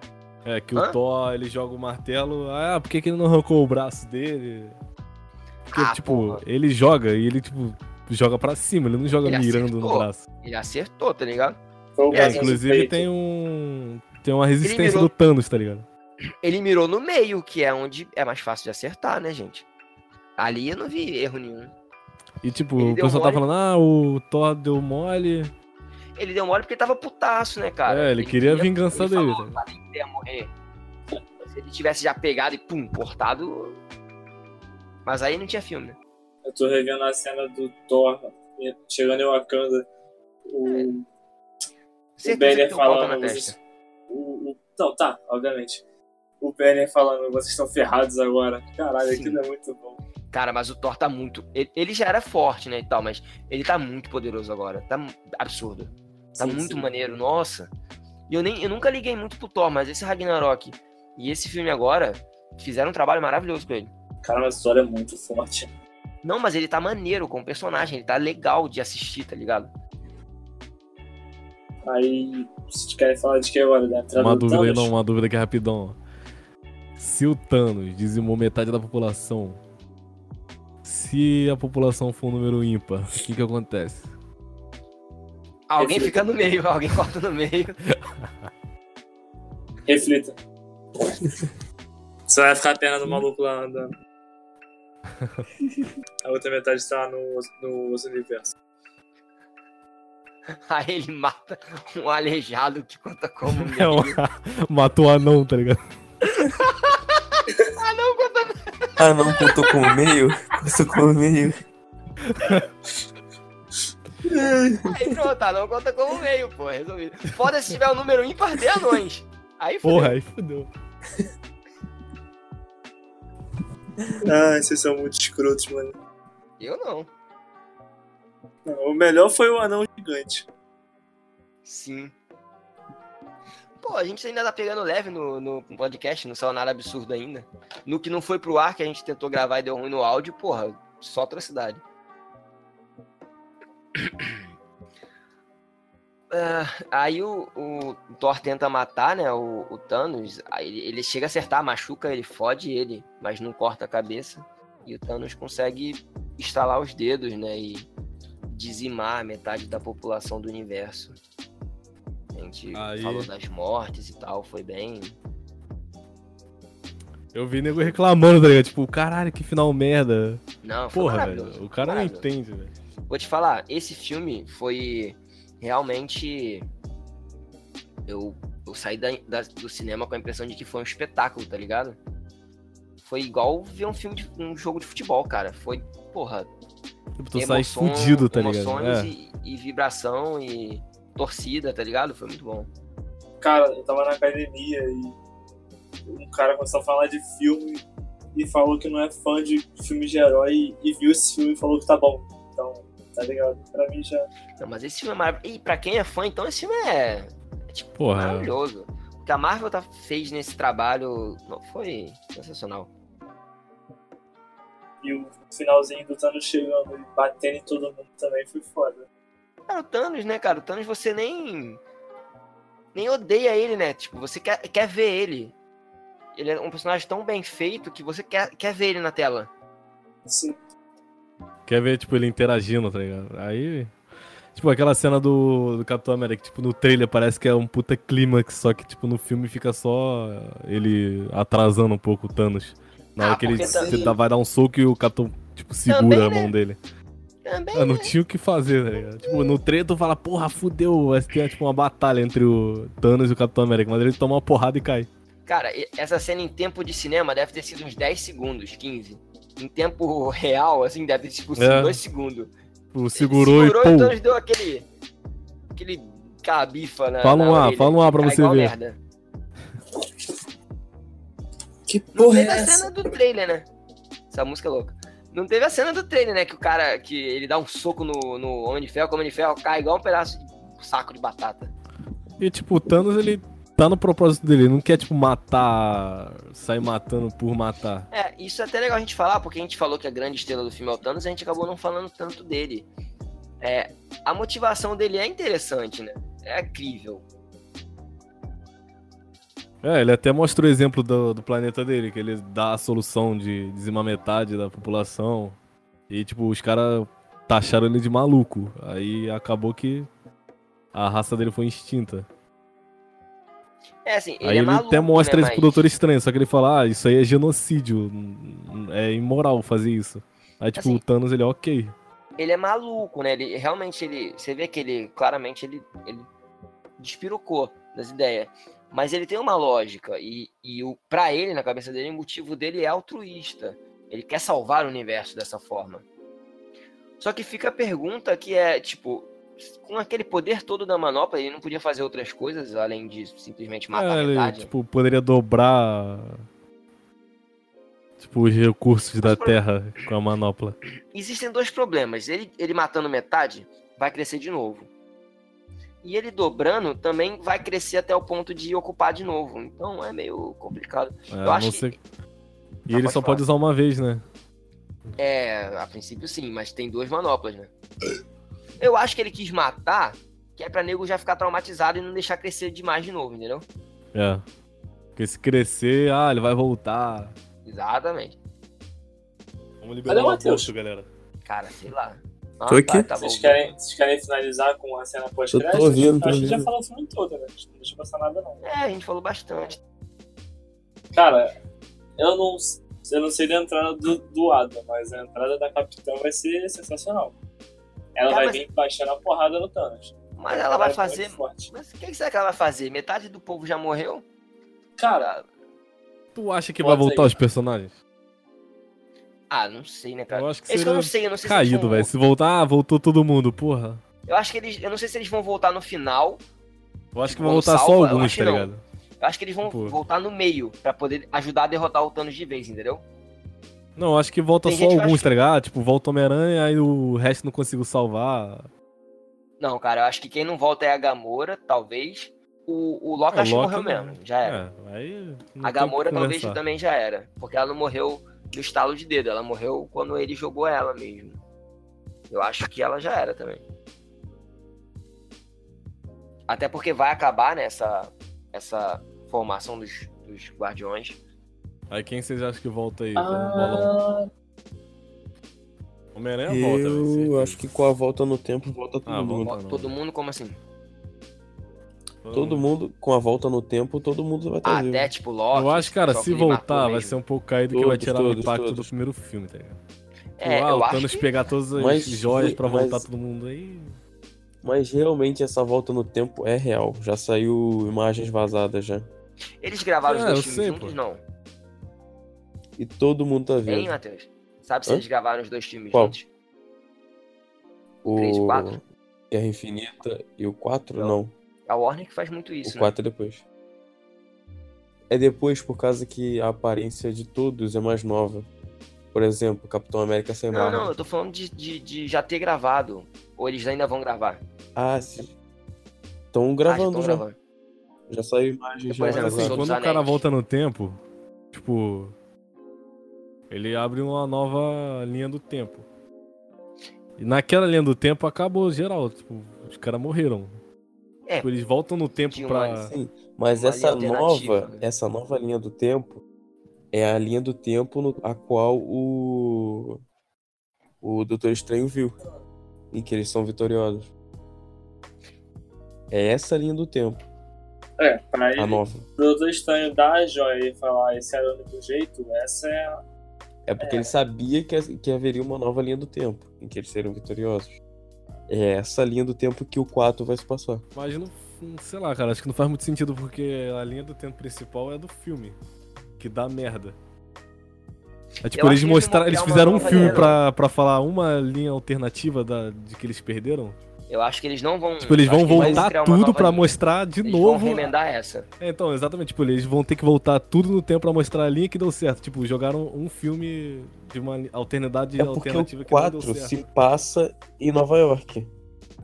É, que Hã? o Thor, ele joga o martelo. Ah, por que, que ele não arrancou o braço dele? Porque, Ah, tipo, porra. ele joga e ele, tipo, joga pra cima, ele não joga Ele mirando no acertou. braço. Ele acertou, tá ligado? Foi o É, É, caso inclusive feito. tem um. Tem uma resistência mirou- do Thanos, tá ligado? Ele mirou no meio, que é onde é mais fácil de acertar, né, gente? Ali eu não vi erro nenhum. E tipo, Ele o deu pessoal tá mole. falando, ah, o Thor deu mole. Ele deu mole porque tava putaço, né, cara? é, ele, queria a vingança ele dele. falou tá ligado? que ele ia morrer. Se ele tivesse já pegado e pum, cortado. Mas aí não tinha filme, né? Eu tô revendo a cena do Thor chegando em Wakanda. O, o Certeza Banner que eu volto falando. na "Vocês- testa. O, o, não, tá, obviamente. O Banner falando, vocês estão ferrados agora. Caralho, Sim. aquilo é muito bom. Cara, mas o Thor tá muito. Ele, ele já era forte, né, e tal, mas ele tá muito poderoso agora. Tá mu- absurdo. Tá Sim, muito sim. maneiro, nossa. E eu, nem, eu nunca liguei muito pro Thor, mas esse Ragnarok e esse filme agora fizeram um trabalho maravilhoso com ele. Cara, mas o Thor é muito forte. Não, mas ele tá maneiro com o personagem, ele tá legal de assistir, tá ligado? Aí, vocês querem falar de que agora? Da entrada Uma do dúvida aí, Tá Thanos? não, uma dúvida aqui rapidão. Se o Thanos dizimou metade da população, se a população for um número ímpar, o que que acontece? Alguém Perfeito. fica no meio, alguém corta no meio. Reflita. Você vai ficar a perna do maluco lá andando. A outra metade está no, no outro universo. Aí ele mata um aleijado que conta como. É meio. um... Matou o anão, tá ligado? Ah, não, conta Ah, não, que eu tô com o meio. Eu tô com o meio. Aí pronto, ah, não conta como meio, pô, resolvido. Foda se tiver o número ímpar de anões. Aí fodeu. Porra, aí fudeu. Ai, vocês são muito escrotos, mano. Eu não. Não, o melhor foi o anão gigante. Sim. Pô, a gente ainda tá pegando leve no, no podcast, não saiu nada absurdo ainda. No que não foi pro ar, que a gente tentou gravar e deu ruim no áudio, porra, só atrocidade. Ah, aí o, o Thor tenta matar, né, o, o Thanos. Aí ele, ele chega a acertar, machuca, ele fode ele, mas não corta a cabeça. E o Thanos consegue estalar os dedos, né, e dizimar metade da população do universo. A gente Aí. falou das mortes e tal, foi bem. Eu vi nego reclamando, tá ligado? Tipo, caralho, que final merda. Não, foi Porra, maravilhoso, velho. O cara é um não maravilhoso. entende, velho. Vou te falar, esse filme foi realmente. Eu, eu saí da- da- do cinema com a impressão de que foi um espetáculo, tá ligado? Foi igual ver um filme de um jogo de futebol, cara. Foi, porra, Tipo, tu sai emoção, fudido, tá ligado? emoções É. e, e vibração e torcida, tá ligado? Foi muito bom. Cara, eu tava na academia e um cara começou a falar de filme e falou que não é fã de filme de herói e viu esse filme e falou que tá bom. Então, tá ligado? Pra mim já. Não, mas esse filme é maravilhoso. E pra quem é fã, então esse filme é Porra. maravilhoso. O que a Marvel tá, fez nesse trabalho não, foi sensacional. E o finalzinho do Thanos chegando e batendo em todo mundo também foi foda. Cara, o Thanos, né, cara? O Thanos você nem. Nem odeia ele, né? Tipo, você quer, quer ver ele. Ele é um personagem tão bem feito que você quer, quer ver ele na tela. Sim, Quer ver, tipo, ele interagindo, tá ligado? Aí. Tipo, aquela cena do, do Capitão América, que, tipo, no trailer parece que é um puta clímax, só que, tipo, no filme fica só ele atrasando um pouco o Thanos. Na Ah, hora que ele porque se- também- dá- vai dar um soco e o Capitão, tipo, segura Também, né? a mão dele. Também. Ah, não né? tinha o que fazer, tá ligado? Tipo, no trailer tu fala, porra, fudeu, vai ter, tipo, uma batalha entre o Thanos e o Capitão América, mas ele toma uma porrada e cai. Cara, e- essa cena em tempo de cinema deve ter sido uns 10 segundos, 15. Em tempo real, assim, deve ter sido É. 2 segundos. Tipo, segurou, Segurou e, pum, o Thanos deu aquele. aquele cabifa na. Fala na um A, orelha. fala um A pra Tá você igual ver. merda. Que Não porra é teve a essa? cena do trailer, né? Essa música é louca. Não teve a cena do trailer, né? Que o cara, que ele dá um soco no, no Homem de Ferro, que o Homem de Ferro cai igual um pedaço de saco de batata. E tipo, o Thanos ele tá no propósito dele, ele não quer tipo matar, sair matando por matar. É, isso é até legal a gente falar, porque a gente falou que a grande estrela do filme é o Thanos, a gente acabou não falando tanto dele. É, a motivação dele é interessante, né? É crível. É, ele até mostra o exemplo do, do planeta dele, que ele dá a solução de dizimar metade da população. E tipo, os caras taxaram ele de maluco. Aí acabou que a raça dele foi extinta. É assim, ele aí é ele maluco, até mostra né, isso pro mas- Doutor Estranho, só que ele fala, ah, isso aí é genocídio, é imoral fazer isso. Aí tipo, Assim- o Thanos ele é ok. ele é maluco, né? Ele realmente ele, você vê que ele claramente ele ele despirocou das ideias, mas ele tem uma lógica e, e o para ele na cabeça dele o motivo dele é altruísta. Ele quer salvar o universo dessa forma. Só que fica a pergunta que é tipo com aquele poder todo da manopla, ele não podia fazer outras coisas além de simplesmente matar É, a ele, metade. tipo, poderia dobrar tipo, os recursos da Terra com a manopla. existem dois problemas. Ele, ele matando metade, vai crescer de novo. E ele dobrando também vai crescer até o ponto de ocupar de novo. Então é meio complicado. É, Eu acho não que- sei- E Ah, ele pode só falar. pode usar uma vez, né? É, a princípio sim, mas tem duas manoplas, né? Eu acho que ele quis matar, que é pra nego já ficar traumatizado e não deixar crescer demais de novo, entendeu? É. Porque se crescer, ah, ele vai voltar. Exatamente. Vamos liberar Cadê o o Matheus? aborto, galera. Cara, sei lá. Ah, Tô aqui. tá bom. vocês, querem, vocês querem finalizar com a cena Eu pós-crédito? tô ouvindo, tô Acho que já ouvindo. falou o filme todo, né? Acho que Não deixa passar nada, não. É, a gente falou bastante. Cara, eu não, eu não sei da entrada do, do Adam, mas a entrada da Capitã vai ser sensacional. Ela Cara, vai Tá, mas- vir baixando a porrada no Thanos. Mas ela vai ficar fazer. muito Forte. Mas o que que será que ela vai fazer? Metade do povo já morreu? Cara, Tu acha que Bota vai voltar aí. os personagens? Ah, não sei, né, cara? Eu acho que Esse que eu não seria sei, eu não sei se eles caído, vão- velho. Se voltar, ah, voltou todo mundo, porra. Eu acho que eles. Eu não sei se eles vão voltar no final. Eu acho que Bom, vai voltar só salva, eu alguns, acho que tá não. ligado? Eu acho que eles vão Pô. voltar no meio pra poder ajudar a derrotar o Thanos de vez, entendeu? Não, acho que volta Tem só gente que alguns, acha- tá ligado? Tipo, volta o Homem-Aranha, aí o resto não consigo salvar. Não, cara, eu acho que quem não volta é a Gamora, talvez. O, o Loki É, o acho que Loki morreu não. mesmo, já era. É, aí. não tem o a que Gamora talvez conversar. também já era. Porque ela não morreu no estalo de dedo, ela morreu quando ele jogou ela mesmo. Eu acho que ela já era também. Até porque vai acabar nessa essa formação dos, dos guardiões. Aí quem vocês acham que volta aí? Vamos bolar Ah, um. Homem-Aranha volta, velho. Eu certeza. acho que com a volta no tempo volta todo Ah, mundo. volta não. Todo mundo como assim? Todo mundo, com a volta no tempo, todo mundo vai tá estar vivo. Até tipo Loki. Eu acho, cara, só que se ele marcou voltar, vai mesmo. ser um pouco caído que Todos, vai tirar o todos, impacto todos. do primeiro filme, tá ligado? É, Uau, eu o acho Thanos que... pegar todas as Mas- joias pra mas- voltar todo mundo aí. Mas realmente essa volta no tempo é real. Já saiu imagens vazadas já. Eles gravaram É, os eu dois filmes sei, juntos? pô. Não. E todo mundo tá Hein, vivo. Matheus? Sabe se Hã? eles gravaram os dois filmes Qual? juntos? Três, O quatro? Guerra Infinita e o 4? Não. Não. É A Warner que faz muito isso, o né? 4 é depois. É depois por causa que a aparência de todos é mais nova. Por exemplo, Capitão América sem Não, barba. não, eu tô falando de, de, de já ter gravado. Ou eles ainda vão gravar. Ah, sim. Estão Ah, já gravando tão já. gravando. Já saiu imagens já. tá Depois é um Mas Mas assim, Senhor vazadas. dos quando o cara Anéis. volta no tempo, tipo. Ele abre uma nova linha do tempo. E naquela linha do tempo acabou geral. Tipo, os caras morreram. É. Tipo, eles voltam no tempo De um pra. ano. Mas Uma essa linha alternativa, nova, né? essa nova linha do tempo é a linha do tempo no, a qual o o Doutor Estranho viu e que eles são vitoriosos. É essa linha do tempo, é, pra ele, a nova. o Doutor Estranho dar a joia e falar esse era o único jeito, essa é a... É porque ele sabia que, que haveria uma nova linha do tempo em que eles seriam vitoriosos. É essa linha do tempo que o 4 vai se passar. Mas não, não- sei lá, cara, acho que não faz muito sentido porque a linha do tempo principal é do filme, que dá merda. Eu acho É tipo, eles que eles mostraram, vão eles criar uma fizeram um nova filme linha. pra, pra falar uma linha alternativa da, de que eles perderam. Eu acho que eles não vão. Tipo, eles eu Hum, acho vão que vão voltar criar uma tudo nova pra linha. mostrar de eles novo. Vão remendar essa. É, então, exatamente, tipo, eles vão ter que voltar tudo no tempo pra mostrar a linha que deu certo. Tipo, jogaram um filme de uma li- alternidade É porque alternativa o que não deu 4 certo. se passa em Nova York,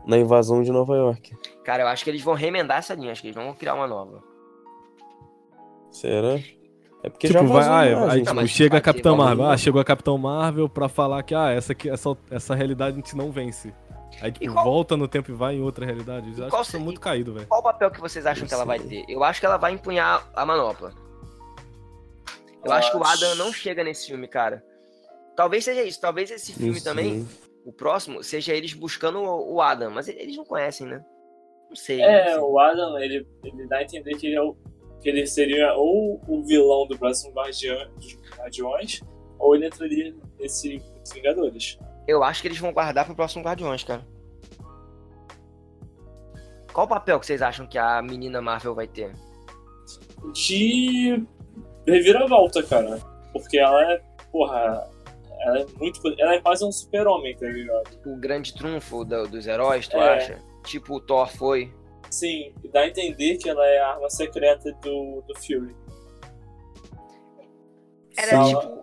na invasão de Nova York. Cara, eu acho que eles vão remendar essa linha. Acho que eles não vão criar uma nova. Será? É porque já tipo, vai, vazou ah, é, imagens, né? aí, Não, tipo, Tá, mas chega a pode ser Capitão igual Marvel. ao Ah, chegou a Capitão Marvel pra falar que, ah, essa, aqui, essa, essa realidade a gente não vence. Aí, tipo, qual- volta no tempo e vai em outra realidade. Eu E já acho qual que isso é se- muito caído, velho. Qual o papel que vocês acham que ela vai ter? Eu acho que ela vai empunhar a manopla. Eu acho que o Adam não chega nesse filme, cara. Talvez seja isso. Talvez esse Não filme também, sei. o próximo, seja eles buscando o o Adam. Mas eles não conhecem, né? Não sei. não É, sei. o Adam, ele, ele dá a entender que ele, é o- que ele seria ou o vilão do próximo Guardiã, dos Guardiões, ou ele entraria nesse dos Vingadores. Eu acho que eles vão guardar pro próximo Guardiões, cara. Qual o papel que vocês acham que a menina Marvel vai ter? de reviravolta, cara. Porque ela é, porra, ela é muito. Ela é quase um super-homem, tá ligado? Tipo, O grande trunfo do- dos heróis, tu É. acha? Tipo o Thor foi. Sim, e dá a entender que ela é a arma secreta do, do filme. Era Ela- tipo.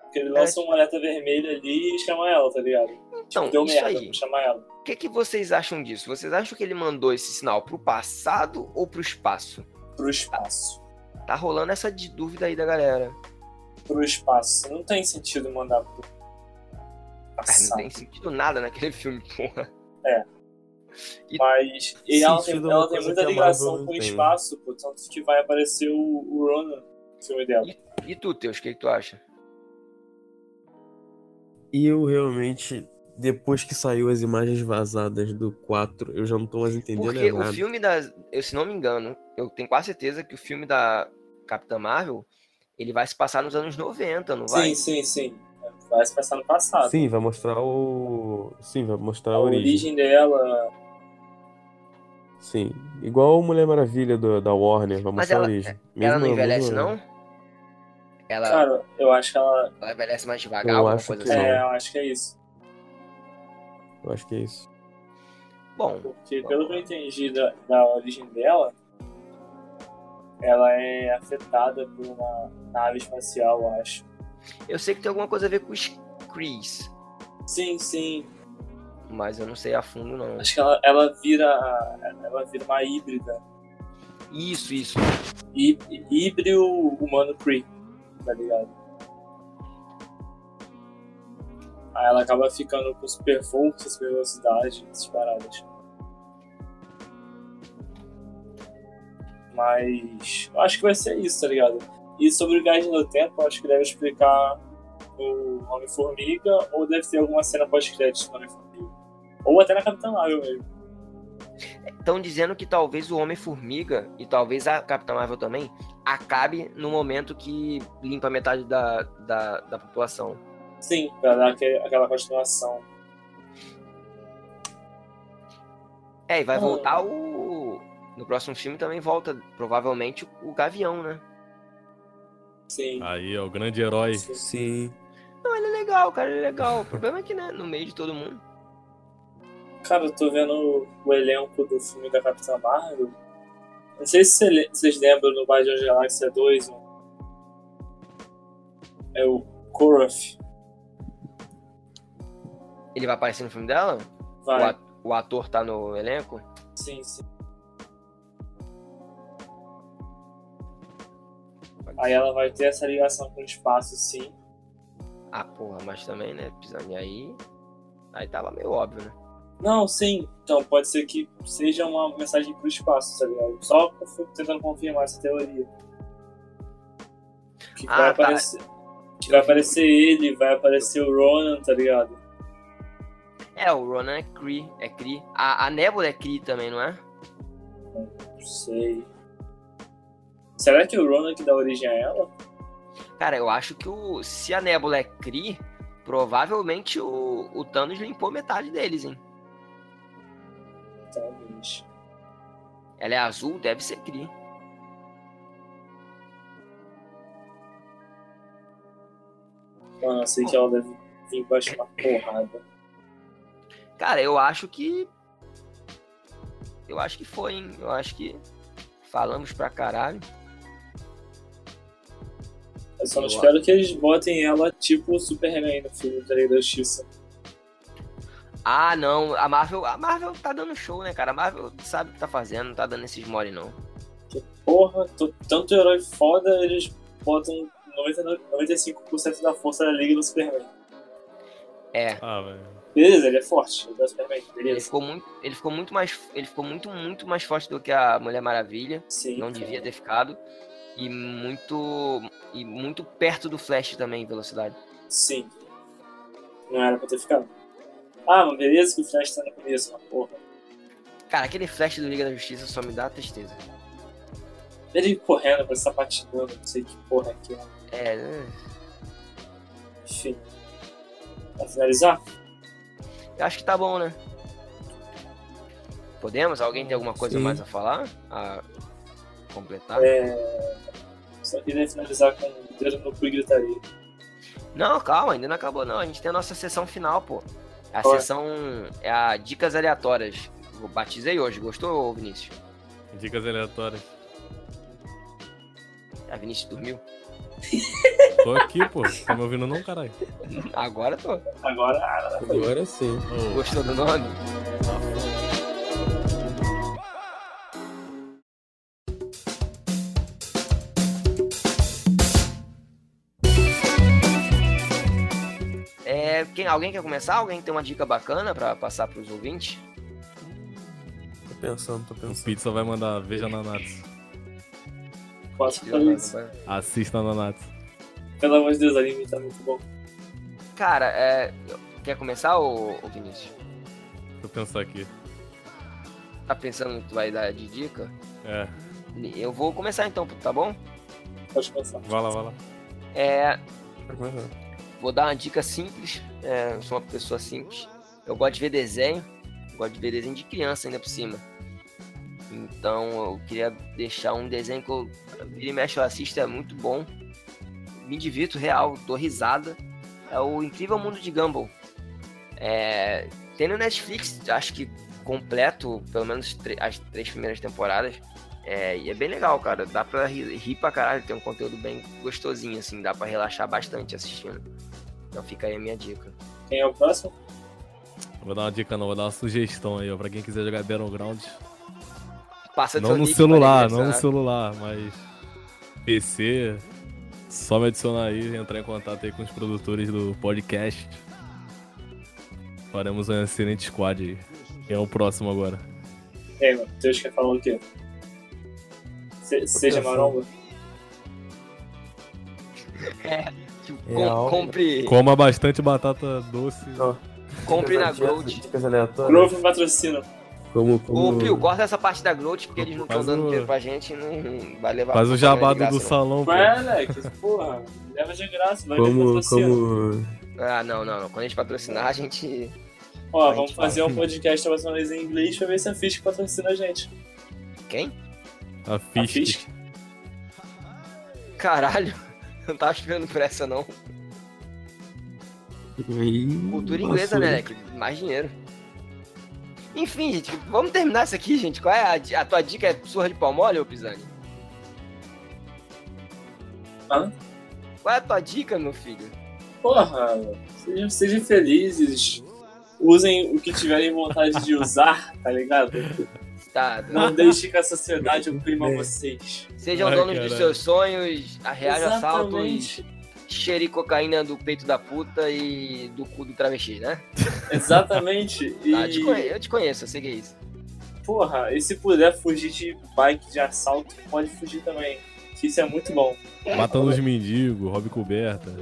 Porque É. ele lança uma alerta vermelha ali e chama ela, tá ligado? Então, Deu isso merda, aí. chama ela. O que, que vocês acham disso? Vocês acham que ele mandou esse sinal pro passado ou pro espaço? Pro espaço. Tá rolando essa de dúvida aí da galera. Pro espaço. Não tem sentido mandar pro. Ah, É, não Passado. tem sentido nada naquele filme, porra. tem Mas e ela, tem, Sentido é uma ela tem coisa muita que a ligação Marvel com o não tem. espaço, pô, tanto que vai aparecer o, o Ronan no filme dela. E tu, Teus, o que, que tu acha? E eu realmente, depois que saiu as imagens vazadas do 4, eu já não tô mais entendendo Porque nada. o filme da. Eu, se não me engano, eu tenho quase certeza que o filme da Capitã Marvel ele vai se passar nos anos 90, não vai? Sim, sim, sim. Vai se passar no passado. Sim, vai mostrar o. Sim, vai mostrar a origem dela. Sim. Igual o Mulher Maravilha do- da Warner, vai mostrar ela- a origem. ela não Mesma- envelhece, mesma- não? Ela, Cara, eu acho que ela. ela envelhece mais devagar, eu alguma acho coisa que assim. É, eu acho que é isso. Eu acho que é isso. Bom, Porque, pelo que eu entendi da, da origem dela, ela é afetada por uma nave espacial, eu acho. Eu sei que tem alguma coisa a ver com os Krees, Sim, sim. mas eu não sei a fundo, não. Acho que ela, ela vira. Ela vira uma híbrida. Isso, isso. Hí- Híbrido humano Cree, tá ligado? Aí ela acaba ficando com super força, super velocidade, essas paradas. Mas eu acho que vai ser isso, tá ligado? E sobre viagem no tempo, eu acho que deve explicar o Homem-Formiga, ou deve ter alguma cena pós-crédito no Homem-Formiga. Ou até na Capitã Marvel mesmo. Estão dizendo que talvez o Homem-Formiga e talvez a Capitã Marvel também acabe no momento que limpa metade da, da, da população. Sim, pra dar aquele- aquela continuação. É, e vai Ah. voltar o. No próximo filme também volta, provavelmente, o Gavião, né? Sim. Aí, ó, o grande herói. Sim. Não, ele é legal, cara, ele é legal. O problema é que, né, no meio de todo mundo. Cara, eu tô vendo o elenco do filme da Capitã Marvel. Não sei se cê le- vocês lembram no Guardiões da Galáxia 2. um- É o Koroth. Ele vai aparecer no filme dela? O, Vai. at- o ator tá no elenco? Sim, sim. Aí ela vai ter essa ligação com o espaço, sim. Ah, porra, mas também, né, Pisani, aí. Aí tava meio óbvio, né? Não, sim. Então, pode ser que seja uma mensagem pro espaço, tá ligado? Só conf- tentando confirmar essa teoria. Que Ah, vai tá. aparecer. Que vai aparecer ele, vai aparecer o Ronan, tá ligado? É, o Ronan é Cree, é Cree. A, a Nebula é Cree também, não é? Não sei. Será que o Ronan que dá origem a ela? Cara, eu acho que o se a Nebula é Cree, provavelmente o, o Thanos limpou metade deles, hein? Talvez. Ela é azul, deve ser Cree. Mano, eu sei que ela deve vir com acho, uma porrada. Cara, eu acho que. Eu acho que foi, hein? Eu acho que. Falamos pra caralho. Eu só não Eu espero que eles botem ela tipo o Superman no filme tá da Liga da Justiça. Ah, não. A Marvel, a Marvel tá dando show, né, cara? A Marvel sabe o que tá fazendo, não tá dando esses mole, não. Porra, tô- tanto herói foda, eles botam 99 95% da força da Liga no Superman. É. Ah, velho. Beleza, ele é forte, ele é o Superman, Ele beleza. ficou muito, ele ficou muito mais, ele ficou muito, muito mais forte do que a Mulher Maravilha. Sim, Não cara. devia ter ficado. E muito, e muito perto do Flash também, em velocidade. Sim. Não era pra ter ficado. Ah, mas beleza que o Flash tá no começo, mas porra. Cara, aquele Flash do Liga da Justiça só me dá tristeza. Ele correndo, pra sapatinando, não sei que porra é aquilo. É, né? Enfim. Pra finalizar, eu acho que tá bom, né? Podemos? Alguém tem alguma coisa Sim. mais a falar? A completar? é... só queria finalizar com o dedo no cu e gritaria. Não, calma, ainda não acabou não. A gente tem a nossa sessão final, pô. A Qual é? sessão é a dicas aleatórias. Eu batizei hoje, gostou, Vinícius? Dicas aleatórias. A Vinícius dormiu? Tô aqui, pô. Tá me ouvindo não, caralho? Agora tô. Agora, ah, Agora sim. Ô, Gostou do nome? É, quem, alguém quer começar? Alguém tem uma dica bacana pra passar pros ouvintes? Tô pensando, tô o pensando. Pizza vai mandar Veja na Nats. posso é fazer É isso. Assista na Nats. Pelo amor de Deus, anime tá muito bom. Cara, é, quer começar, ô, ô Vinícius? Deixa eu pensar aqui. Tá pensando no que tu vai dar de dica? É, Eu vou começar então, tá bom? Pode começar. vai lá, vai lá. É, vou dar uma dica simples. é, eu sou uma pessoa simples. Eu gosto de ver desenho. Gosto de ver desenho de criança ainda por cima. Então eu queria deixar um desenho que eu vira e mexe, eu assisto, é muito bom. Me divirto real, dou risada. É o Incrível Mundo de Gumball. É, tem no Netflix, acho que completo, pelo menos tre- as três primeiras temporadas. É, e é bem legal, cara. Dá pra rir, rir pra caralho. Tem um conteúdo bem gostosinho, assim. Dá pra relaxar bastante assistindo. Então fica aí a minha dica. Quem é o próximo? Vou dar uma dica não, vou dar uma sugestão aí, ó. Pra quem quiser jogar Battleground. Passa Não seu no nick celular, pra né? não no aniversário. celular, mas. PC. Só me adicionar aí e entrar em contato aí com os produtores do podcast. Faremos um excelente squad aí. Quem é o próximo agora? Quem, É, mano? Deus quer falar o quê? Se- seja maromba? É, Com- Real. compre Coma bastante batata doce. compre na Dicas aleatórias, Gold. Dicas aleatórias. Grove me patrocina. Como, Ô, como... Pio, corta essa parte da Growth, porque eles não estão Faz dando o- dinheiro pra gente e não vai levar. Faz o pra jabá de graça, do não. salão, pô. Mas, Alex, porra, leva de é graça, vai me Como, patrocina. como... Ah, não, não, não. Quando a gente patrocinar, a gente. Ó, A vamos gente fazer um podcast relacionado em inglês pra ver se a Fisk patrocina a gente. Quem? A A Fisk. Fisk? Caralho. Não tava esperando por essa, não. Ih, Cultura inglesa, basura. né, Leque? Mais dinheiro. Enfim, gente, vamos terminar isso aqui, gente. Qual é a, di- a tua dica? É surra de pau mole, ô Pisani? Hã? Qual é a tua dica, meu filho? Ah, Porra, sejam, sejam felizes. Usem o que tiverem vontade de usar, tá ligado? Tá, tá. Não deixe que a sociedade oprima vocês. Sejam Ai, donos dos caralho. seus sonhos, arreaja assaltos, Exatamente. cheire cocaína do peito da puta e do cu do travesti, né? Exatamente. E, Tá, te conhe- eu te conheço, eu sei que é isso. porra, e se puder fugir de bike de assalto, pode fugir também. Que isso é muito bom. Matando os mendigos, Rob Coberta.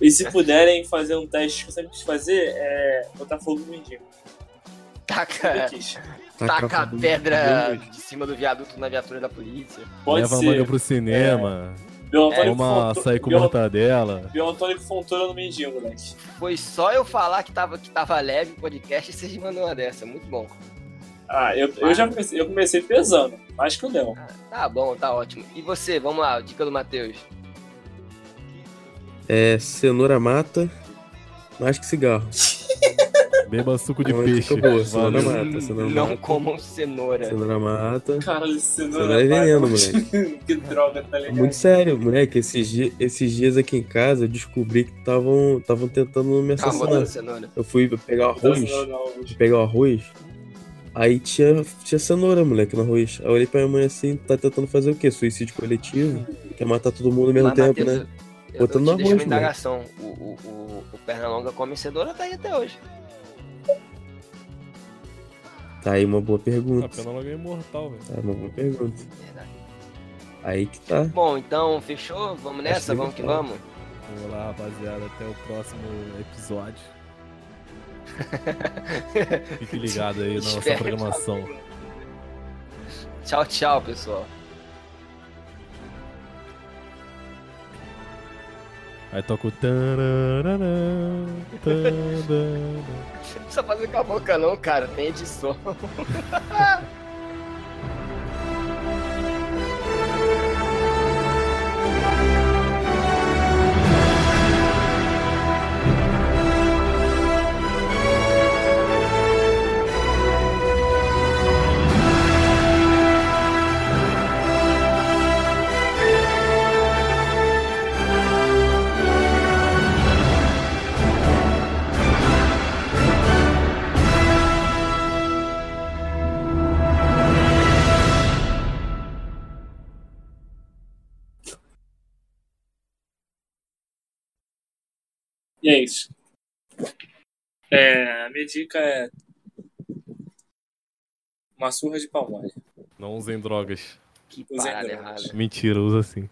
E se puderem fazer um teste que eu sempre quis fazer, é botar fogo no mendigo. Sempre Taca, quis. Tá taca a né, pedra de cima do viaduto na viatura da polícia. Pode Leva a manga ser. É. pro cinema. Biotônico Toma açaí com Bio- mortadela. Biotônico Fontoura no mendigo, moleque. Foi só eu falar que tava, que tava leve o podcast e vocês mandam uma dessa. Muito bom. Ah, eu, eu já comecei, eu comecei pesando, mais que o Leon. Tá bom, tá ótimo. E você, vamos lá, dica do Matheus. É, cenoura mata, mais que cigarro. Beba suco de Não, peixe. fica boa, senão Valeu. Ah, não mata, senão não mata. comam cenoura. Cenoura mata. Caralho, Cenoura cenoura. é veneno, pai. que droga, tá ligado? Muito sério, moleque. Esses, di- esses dias aqui em casa eu descobri que estavam tentando me Tá botando assassinar. cenoura. Eu fui pegar o Não, arroz. não, não. de pegar o arroz, aí tinha, tinha cenoura, moleque, no arroz. Aí eu olhei pra minha mãe assim, tá tentando fazer o quê? Suicídio coletivo? Quer matar todo mundo ao mesmo Mas, tempo, Matheus, né? eu- Eu, Botando te na deixo mão, uma né? moleque. indagação. O, o, o, o Pernalonga come cenoura tá aí até hoje. Tá aí uma boa Ah, pergunta. Pernalonga é imortal, velho. Tá aí uma boa pergunta. É Verdade. Aí que tá. Bom, então, fechou? Vamos nessa? que Vamos que legal. vamos? Vamos lá, rapaziada. Até o próximo episódio. Fique ligado aí na nossa Espero. programação. Tchau, tchau, pessoal. Aí toca o. tarararã, tarararã. Não precisa fazer com a boca, não, cara. Tem edição. E é isso. É, a minha dica é. Uma surra de palmolha. Não usem drogas. Que Os parada errados. errada. Mentira, usa sim.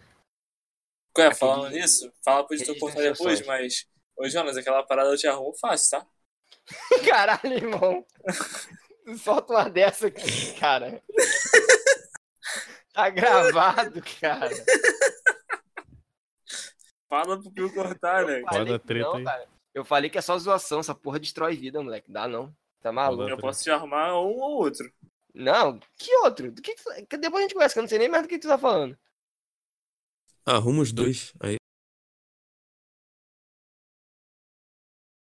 Qual é, Aquele- falando nisso, fala pro editor aquele cortar depois, sensações. mas. Ô, Jonas, aquela parada eu te arrumo fácil, tá? Caralho, irmão. Solta uma dessa aqui, cara. Tá gravado, cara. Fala pro Pio cortar, né? Vai dar Falei que treta não, aí. cara. Eu falei que é só zoação. Essa porra destrói vida, moleque. Dá não. Tá maluco? dar- Eu posso te arrumar um ou outro. Não, que outro? Do que que tu- que Depois a gente conversa, que eu não sei nem mais do que tu tá falando. Ah, Arruma os dois. Aí.